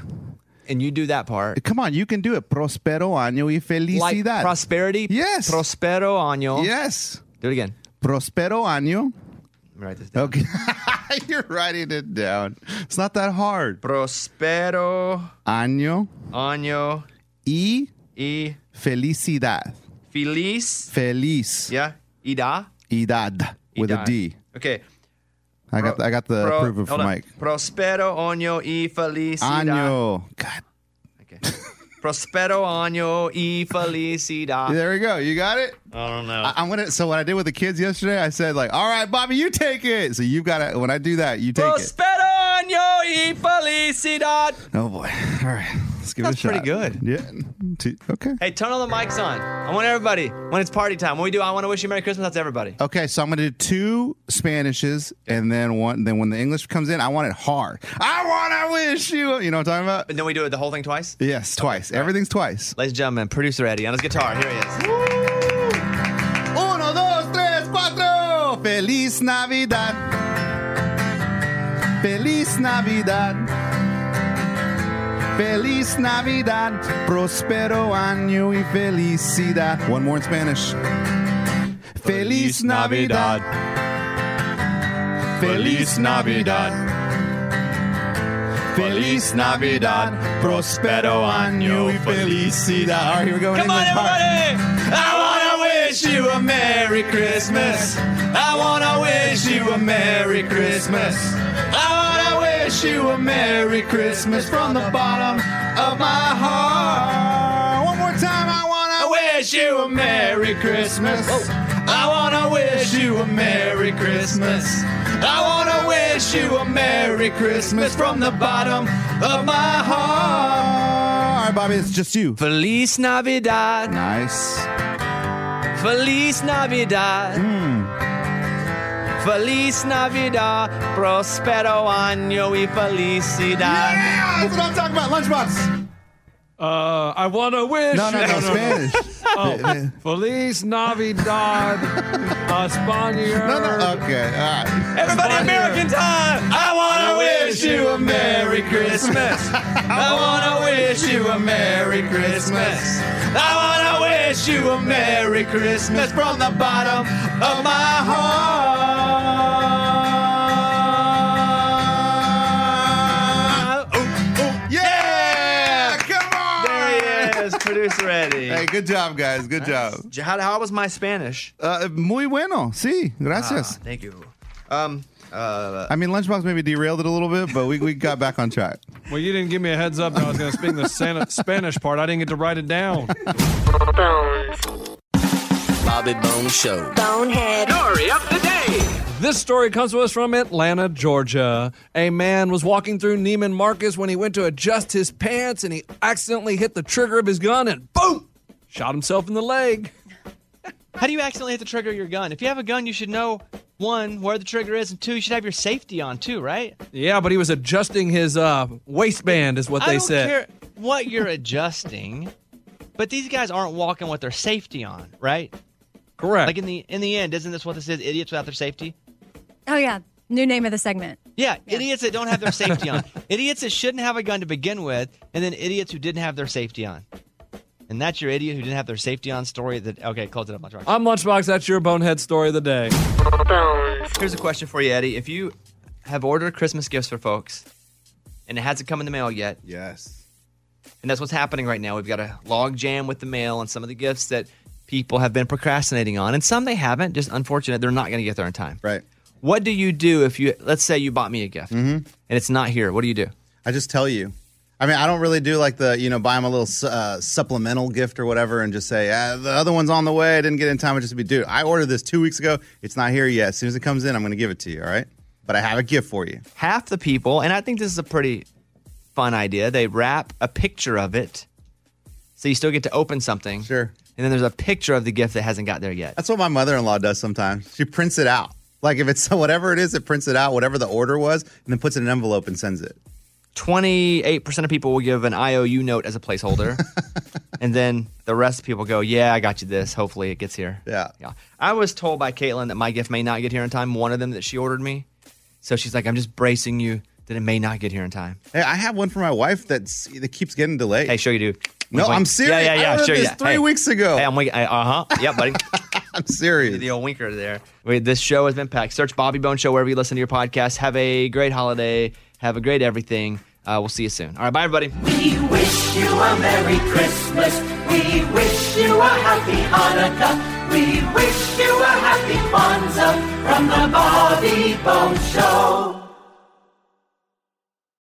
[SPEAKER 1] And you do that part.
[SPEAKER 4] come on, you can do it. Prospero año y
[SPEAKER 1] Like
[SPEAKER 4] felicidad.
[SPEAKER 1] prosperity. Yes. Prospero año.
[SPEAKER 4] Yes.
[SPEAKER 1] Do it again.
[SPEAKER 4] Prospero año.
[SPEAKER 1] Write this
[SPEAKER 4] down. Okay. You're writing it down. It's not that hard.
[SPEAKER 1] Uh, Prospero
[SPEAKER 4] Año
[SPEAKER 1] año
[SPEAKER 4] y
[SPEAKER 1] y
[SPEAKER 4] felicidad.
[SPEAKER 1] feliz.
[SPEAKER 4] Feliz.
[SPEAKER 1] Yeah. Ida.
[SPEAKER 4] Idad with a D.
[SPEAKER 1] Okay.
[SPEAKER 4] I got I got the
[SPEAKER 1] Pro-
[SPEAKER 4] approval
[SPEAKER 1] hold
[SPEAKER 4] from
[SPEAKER 1] on.
[SPEAKER 4] Mike.
[SPEAKER 1] Prospero año y felicidad.
[SPEAKER 4] Año.
[SPEAKER 1] Prospero año y felicidad.
[SPEAKER 4] There we go. You got it.
[SPEAKER 1] I don't know.
[SPEAKER 4] I, I'm gonna. So what I did with the kids yesterday, I said like, "All right, Bobby, you take it." So you've got to. When I do that, you take it.
[SPEAKER 1] Prospero año y felicidad.
[SPEAKER 4] Oh boy. All right. Let's give
[SPEAKER 1] That's
[SPEAKER 4] it a
[SPEAKER 1] pretty
[SPEAKER 4] shot. good. Yeah. T- Okay.
[SPEAKER 1] Hey, turn all the mics on. I want everybody when it's party time. When we do, I want to wish you Merry Christmas. That's everybody.
[SPEAKER 4] Okay, so I'm gonna do two Spanishes, and then one. Then when the English comes in, I want it hard. I want to wish you. You know what I'm talking about?
[SPEAKER 1] But then we do it the whole thing twice.
[SPEAKER 4] Yes, twice. Everything's twice.
[SPEAKER 1] Ladies and gentlemen, producer Eddie on his guitar. Here he is.
[SPEAKER 4] Uno, dos, tres, cuatro. Feliz Navidad. Feliz Navidad. Feliz Navidad. Prospero año y felicidad. One more in Spanish. Feliz Navidad. Feliz Navidad. Feliz Navidad. Prospero año y felicidad. All right, here we go. in
[SPEAKER 13] Come on,
[SPEAKER 4] English. All right.
[SPEAKER 13] everybody! I wanna wish you a Merry Christmas. I wanna wish you a Merry Christmas. I wanna wish you a Merry Christmas from the bottom of my heart. One more time, I wanna wish you a Merry Christmas. I wanna wish you a Merry Christmas. I wanna wish you a Merry Christmas from the bottom of my heart.
[SPEAKER 4] All right, Bobby, it's just you.
[SPEAKER 1] Feliz Navidad.
[SPEAKER 4] Nice.
[SPEAKER 1] Feliz Navidad. Feliz Navidad. Prospero año y felicidad.
[SPEAKER 4] Yeah, that's what I'm talking about. Lunchbox.
[SPEAKER 5] Uh, I want to wish.
[SPEAKER 4] No, no,
[SPEAKER 5] you-
[SPEAKER 4] no, Spanish.
[SPEAKER 5] oh, Feliz Navidad, Español.
[SPEAKER 4] No, uh, no. Okay, all right.
[SPEAKER 13] Everybody, American time. I wanna wish you a Merry Christmas. I wanna wish you a Merry Christmas. I wanna wish you a Merry Christmas from the bottom of my heart.
[SPEAKER 4] Hey, good job, guys. Good job.
[SPEAKER 1] How, how was my Spanish?
[SPEAKER 4] Uh, muy bueno. Sí. Gracias.
[SPEAKER 1] Ah, thank you. Um, uh,
[SPEAKER 4] I mean, Lunchbox maybe derailed it a little bit, but we, we got back on track.
[SPEAKER 5] Well, you didn't give me a heads up that I was going to speak the Santa- Spanish part. I didn't get to write it down.
[SPEAKER 16] Bobby Bone Show.
[SPEAKER 17] Bonehead. Story of the day.
[SPEAKER 5] This story comes to us from Atlanta, Georgia. A man was walking through Neiman Marcus when he went to adjust his pants and he accidentally hit the trigger of his gun and boom! Shot himself in the leg.
[SPEAKER 18] How do you accidentally hit the trigger of your gun? If you have a gun, you should know one where the trigger is, and two you should have your safety on too, right?
[SPEAKER 5] Yeah, but he was adjusting his uh, waistband, is what
[SPEAKER 18] I
[SPEAKER 5] they
[SPEAKER 18] don't
[SPEAKER 5] said.
[SPEAKER 18] care what you're adjusting, but these guys aren't walking with their safety on, right?
[SPEAKER 5] Correct.
[SPEAKER 18] Like in the in the end, isn't this what this is? Idiots without their safety.
[SPEAKER 3] Oh, yeah. New name of the segment.
[SPEAKER 18] Yeah, idiots that don't have their safety on. Idiots that shouldn't have a gun to begin with, and then idiots who didn't have their safety on. And that's your idiot who didn't have their safety on story. That okay, close it up,
[SPEAKER 1] Uh,
[SPEAKER 18] Lunchbox.
[SPEAKER 5] I'm Lunchbox. That's your bonehead story of the day.
[SPEAKER 1] Here's a question for you, Eddie. If you have ordered Christmas gifts for folks and it hasn't come in the mail yet.
[SPEAKER 4] Yes.
[SPEAKER 1] And that's what's happening right now. We've got a log jam with the mail and some of the gifts that people have been procrastinating on. And some they haven't, just unfortunate, they're not going to get there in time.
[SPEAKER 4] Right.
[SPEAKER 1] What do you do if you, let's say you bought me a gift
[SPEAKER 4] Mm-hmm.
[SPEAKER 1] and it's not here? What do you do?
[SPEAKER 4] I just tell you. I mean, I don't really do like the, you know, buy them a little su- uh, supplemental gift or whatever and just say, ah, the other one's on the way. I didn't get it in time. I just be, dude, I ordered this two weeks ago. It's not here yet. As soon as it comes in, I'm going to give it to you. All right. But I have a gift for you.
[SPEAKER 1] Half the people, and I think this is a pretty fun idea, they wrap a picture of it. So you still get to open something.
[SPEAKER 4] Sure.
[SPEAKER 1] And then there's a picture of the gift that hasn't got there yet.
[SPEAKER 4] That's what my mother in law does sometimes. She prints it out. Like if it's whatever it is, it prints it out, whatever the order was, and then puts it in an envelope and sends it.
[SPEAKER 1] 28% of people will give an IOU note as a placeholder. and then the rest of people go, Yeah, I got you this. Hopefully it gets here.
[SPEAKER 4] Yeah.
[SPEAKER 1] Yeah. I was told by Caitlin that my gift may not get here in time, one of them that she ordered me. So she's like, I'm just bracing you that it may not get here in time.
[SPEAKER 4] Hey, I have one for my wife that's, that keeps getting delayed.
[SPEAKER 1] Hey, sure you do.
[SPEAKER 4] No,
[SPEAKER 1] Wink,
[SPEAKER 4] I'm
[SPEAKER 1] wink.
[SPEAKER 4] serious.
[SPEAKER 1] Yeah, yeah, yeah.
[SPEAKER 4] I ordered
[SPEAKER 1] sure,
[SPEAKER 4] this
[SPEAKER 1] yeah.
[SPEAKER 4] three
[SPEAKER 1] Hey.
[SPEAKER 4] weeks ago.
[SPEAKER 1] Hey, I'm winking. Uh huh. Yeah, buddy.
[SPEAKER 4] I'm serious.
[SPEAKER 1] The old winker there. Wait, this show has been packed. Search Bobby Bone Show wherever you listen to your podcast. Have a great holiday. Have a great everything. Uh, we'll see you soon. All right, bye, everybody.
[SPEAKER 17] We wish you a Merry Christmas. We wish you a Happy Hanukkah. We wish you a Happy Kwanzaa from the Bobby Bone Show.